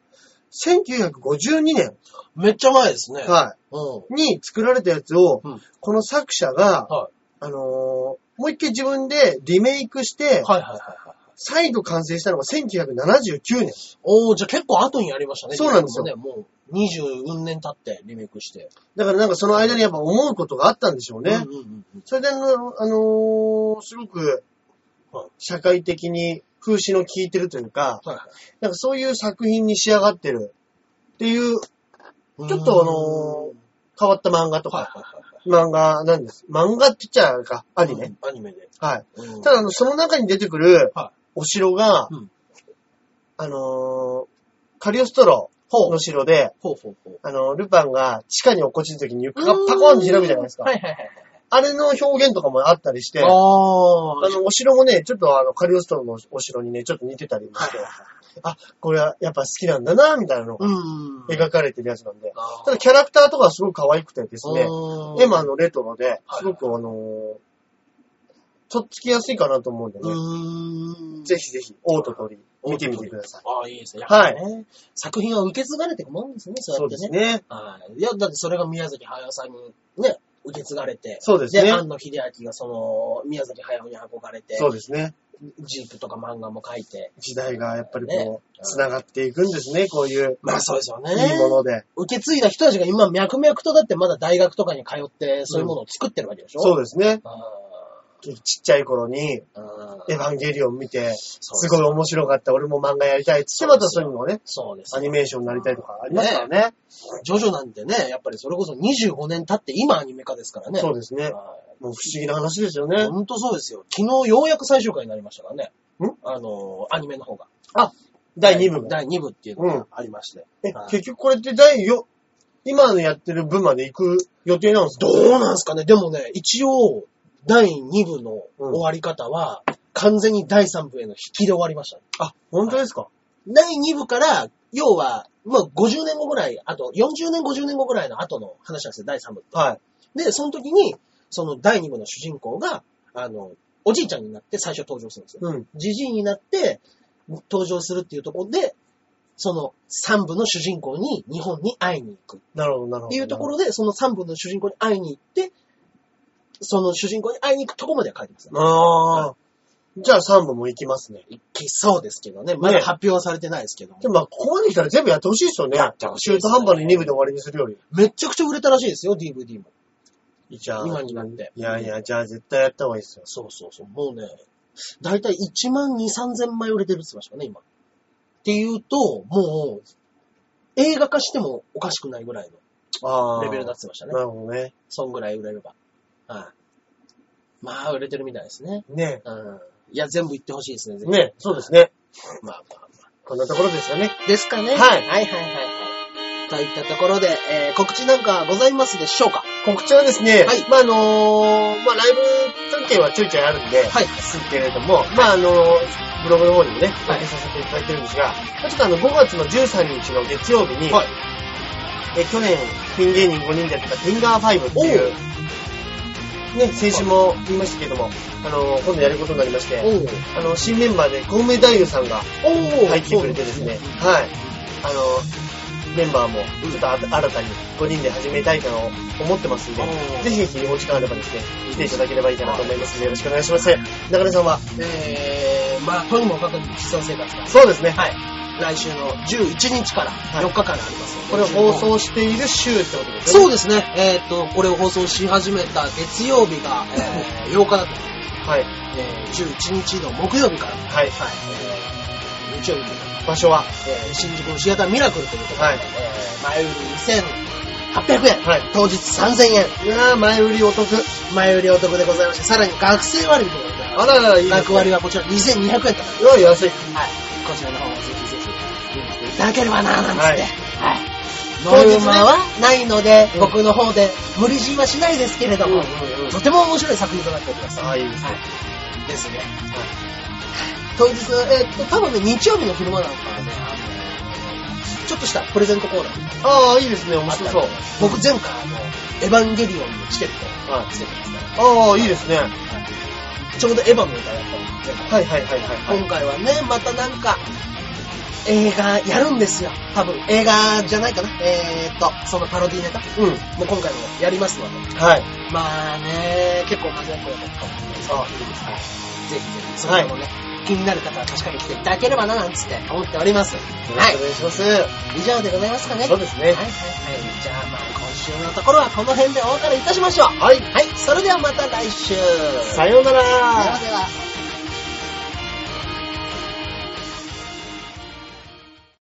Speaker 2: 1952年、
Speaker 1: めっちゃ前ですね。
Speaker 2: はい、
Speaker 1: うん。
Speaker 2: に作られたやつを、
Speaker 1: うん
Speaker 2: この作者が、
Speaker 1: はい
Speaker 2: あのーもう一回自分でリメイクして、
Speaker 1: はいはいはいはい。
Speaker 2: 再度完成したのが1979年。
Speaker 1: おー、じゃあ結構後にやりましたね。
Speaker 2: そうなんですよ
Speaker 1: ね、もう、20運年経ってリメイクして。
Speaker 2: だからなんかその間にやっぱ思うことがあったんでしょうね。
Speaker 1: うんうんうんうん。
Speaker 2: それであの、あのーすごく
Speaker 1: はい、
Speaker 2: 社会的に風刺の効いてるというか、
Speaker 1: はい
Speaker 2: なんかそういう作品に仕上がってるっていう
Speaker 1: はい。
Speaker 2: ちょっとあのー変わった漫画と
Speaker 1: はい
Speaker 2: か、
Speaker 1: はいはい
Speaker 2: 漫画なんです。漫画って言っちゃあれか、ア
Speaker 1: ア
Speaker 2: ニメ。。
Speaker 1: アニメで。
Speaker 2: はい。
Speaker 1: うん
Speaker 2: ただあの、その中に出てくる
Speaker 1: は、
Speaker 2: お城が、
Speaker 1: うん
Speaker 2: あのーカリオストロの城で、
Speaker 1: ほうほうほう。
Speaker 2: あの、ルパンが地下に落っこちるときに床がパコンって開くじゃないですか。
Speaker 1: はいはいはい。
Speaker 2: あれの表現とかもあったりして、
Speaker 1: あ
Speaker 2: あ
Speaker 1: あはい
Speaker 2: の、お城もね、ちょっとあの、カリオストロのお城にね、ちょっと似てたりもして、あ、これはやっぱ好きなんだな、みたいなのが
Speaker 1: うん。
Speaker 2: 描かれてるやつなんで。
Speaker 1: あー
Speaker 2: ただキャラクターとかはすごく可愛くてですね、
Speaker 1: うーん
Speaker 2: 絵もあのレトロで、
Speaker 1: はい
Speaker 2: すごくあのーとっつきやすいかなと思うんでね。
Speaker 1: うーん。
Speaker 2: ぜひぜひ、オート鳥、見てみてください。
Speaker 1: ああ、いいですね。
Speaker 2: はい
Speaker 1: やっぱね。作品は受け継がれていくもんですね、そうや
Speaker 2: そ
Speaker 1: っ
Speaker 2: うで
Speaker 1: て
Speaker 2: す
Speaker 1: ね。
Speaker 2: ね。
Speaker 1: はい。いや、だってそれが宮崎駿さんにね、受け継がれて。
Speaker 2: そうですね
Speaker 1: で、。庵野秀明がその、宮崎駿に憧れて、
Speaker 2: そうですね。
Speaker 1: ジープとか漫画も書いて。
Speaker 2: 時代がやっぱり
Speaker 1: ね
Speaker 2: こう、繋がっていくんですね、こういう、
Speaker 1: まあそうですよね。
Speaker 2: いいもので。
Speaker 1: 受け継いだ人たちが今脈々とだってまだ大学とかに通って、そういうものを作ってるわけでしょ、
Speaker 2: そう
Speaker 1: う
Speaker 2: ですね。
Speaker 1: あ
Speaker 2: ちっちゃい頃に、
Speaker 1: ーあー
Speaker 2: エヴァンゲリオン見て、す
Speaker 1: す
Speaker 2: ごい面白かった、俺も漫画やりたいっつって、またそういうのもね、
Speaker 1: そうです
Speaker 2: ア
Speaker 1: よ。
Speaker 2: ニメーションになりたいとかありますからね。
Speaker 1: ジョジョなんてね、やっぱりそれこそ25年経って今アニメ化ですからね。
Speaker 2: そう
Speaker 1: で
Speaker 2: ですね。もう不思議な話ですよね。
Speaker 1: ほんとそうですよ。昨日ようやく最終回になりましたからね。
Speaker 2: ん
Speaker 1: あの、アニメの方が。
Speaker 2: 第2部が。
Speaker 1: 第2部っていうのがありまして。
Speaker 2: え
Speaker 1: は、い
Speaker 2: 結局これって第4、今のやってる分まで行く予定なんですか
Speaker 1: どうなんすかねでもね、一応、第2部の終わり方は、完全に第3部への引きで終わりましたね、
Speaker 2: あ、本当ですか
Speaker 1: 第2部から、要は、まあ、50年後ぐらい、あと40年、50年後ぐらいの後の話なんですよ、第3部。
Speaker 2: はい。
Speaker 1: で、その時に、その第2部の主人公が、あの、おじいちゃんになって最初登場するんですよ。
Speaker 2: うん。
Speaker 1: じじいになって登場するっていうところで、その3部の主人公に日本に会いに行くっ
Speaker 2: なるほど、なるほど。
Speaker 1: ていうところで、その3部の主人公に会いに行って、その主人公に会いに行くとこまでは書いてますね。
Speaker 2: ああ。じゃあ3部も行きますね。
Speaker 1: 行きそうですけどね。まだ発表はされてないですけども。
Speaker 2: でもまあ、ここまで来たら全部やってほしいですよね。やって
Speaker 1: ほしい
Speaker 2: 中
Speaker 1: です
Speaker 2: 途
Speaker 1: ね
Speaker 2: 半端に2部で終わりにするより。
Speaker 1: めちゃくちゃ売れたらしいですよ、DVD も。
Speaker 2: じゃあ、
Speaker 1: 今になって
Speaker 2: いやいや、じゃあ絶対やった方がいいですよ。
Speaker 1: そうそうそう。もうね、だいたい1万2、3千枚売れてるって言ってましたね、今。っていうと、もう、映画化してもおかしくないぐらい
Speaker 2: あ
Speaker 1: の
Speaker 2: あ。
Speaker 1: レベルになって言ってましたね
Speaker 2: な。るほどね。
Speaker 1: そんぐらい売れれば。はい。まあ、売れてるみたいですね。
Speaker 2: ね
Speaker 1: うん。いや、全部言ってほしいですね、ぜひ。
Speaker 2: ねそうですね。
Speaker 1: まあまあま
Speaker 2: こんなところですよね。
Speaker 1: あ。ですかね。
Speaker 2: はい
Speaker 1: はいはいはいはい。といったところで、えー告知なんかございますでしょうか
Speaker 2: 告知はですね、
Speaker 1: はい
Speaker 2: まあ、あのーまあ、ライブ関係はちょいちょいあるんで、
Speaker 1: はい。
Speaker 2: ですけれども、まあ、あの、ブログの方にもね、
Speaker 1: はい
Speaker 2: お見せさせていただいてるんですが、まあちょっとあの、5月の13日の月曜日に、
Speaker 1: はい
Speaker 2: え去年、ピン芸人5人でやってたフィンガー5っていう、ね、先週も言いましたけども、あの、今度やることになりまし
Speaker 1: お
Speaker 2: て、
Speaker 1: う
Speaker 2: あの、新メンバーでコウメ太夫さんが
Speaker 1: おう
Speaker 2: 入ってくれてですね、はい、あの、メンバーもちょっとあ新たに5人で始めたいと思ってますんで
Speaker 1: おー、
Speaker 2: ぜひぜひお時間あればですね、来ていただければいいかなと思いますので、よろしくお願いします。中根さんは、
Speaker 1: えー、まあ、とにもかくにも実生活が、
Speaker 2: そうですね、
Speaker 1: はい。来週の11日から
Speaker 2: い
Speaker 1: 4日間ありますので、
Speaker 2: これを放送している週ってことです
Speaker 1: そう
Speaker 2: ね。
Speaker 1: ですね。えーっと、これを放送し始めた月曜日が、えー、8日だと、
Speaker 2: はい。
Speaker 1: えー、11日の木曜日から、はい、
Speaker 2: はい。
Speaker 1: えー、日曜日に、
Speaker 2: 場所は
Speaker 1: えー、新宿のシアターミラクルというところで、
Speaker 2: はい
Speaker 1: えー、前売り2800円、
Speaker 2: はい
Speaker 1: 当日3000円、
Speaker 2: いやー、前売りお得。
Speaker 1: 前売りお得でございまして、さらに学生割引でございま
Speaker 2: あららら、いい
Speaker 1: す。
Speaker 2: です
Speaker 1: 学
Speaker 2: ね。
Speaker 1: 割はこちら2200円となります
Speaker 2: うわ、安
Speaker 1: は
Speaker 2: い。
Speaker 1: い。こちらの方もぜひぜひ、見に来ていただければなぁ、なんつって。はい。
Speaker 2: 当日ね
Speaker 1: ノルマはないので、
Speaker 2: うん
Speaker 1: 僕の方で無理強いはしないですけれども、
Speaker 2: うんうん
Speaker 1: とても面白い作品となっております。
Speaker 2: ああ、いいですね。
Speaker 1: はい。ですね。当日、えっと、多分ね、日曜日の昼間なんかはね、あの、ちょっとしたプレゼントコーナー
Speaker 2: ああ、いいですね。面白そう。
Speaker 1: あったり僕前回、あの、エヴァンゲリオンのチケット
Speaker 2: はい
Speaker 1: をつけてますね。
Speaker 2: ああ、いいですね。は
Speaker 1: ちょうどエヴァの歌だったんで、前回
Speaker 2: いはいはいはい。
Speaker 1: 今回はね、またなんか、映画やるんですよ。多分、映画じゃないかな。えーっと、そのパロディネタも
Speaker 2: うん。
Speaker 1: う今回もやりますので。
Speaker 2: はい。
Speaker 1: まあね、結構マニアックなことかもしれないですけど
Speaker 2: あ
Speaker 1: はいぜひぜひ、それもね、気になる方は確かに来ていただければな、なんつって思っております。
Speaker 2: よろし
Speaker 1: は
Speaker 2: くお願いします。
Speaker 1: い。以上でございますかね。
Speaker 2: そうです
Speaker 1: は
Speaker 2: ね
Speaker 1: いはい。はい。じゃあまあ、今週のところはこの辺でお別れいたしましょう。
Speaker 2: はい。
Speaker 1: はい。それではまた来週。
Speaker 2: さようなら。
Speaker 1: ではでは。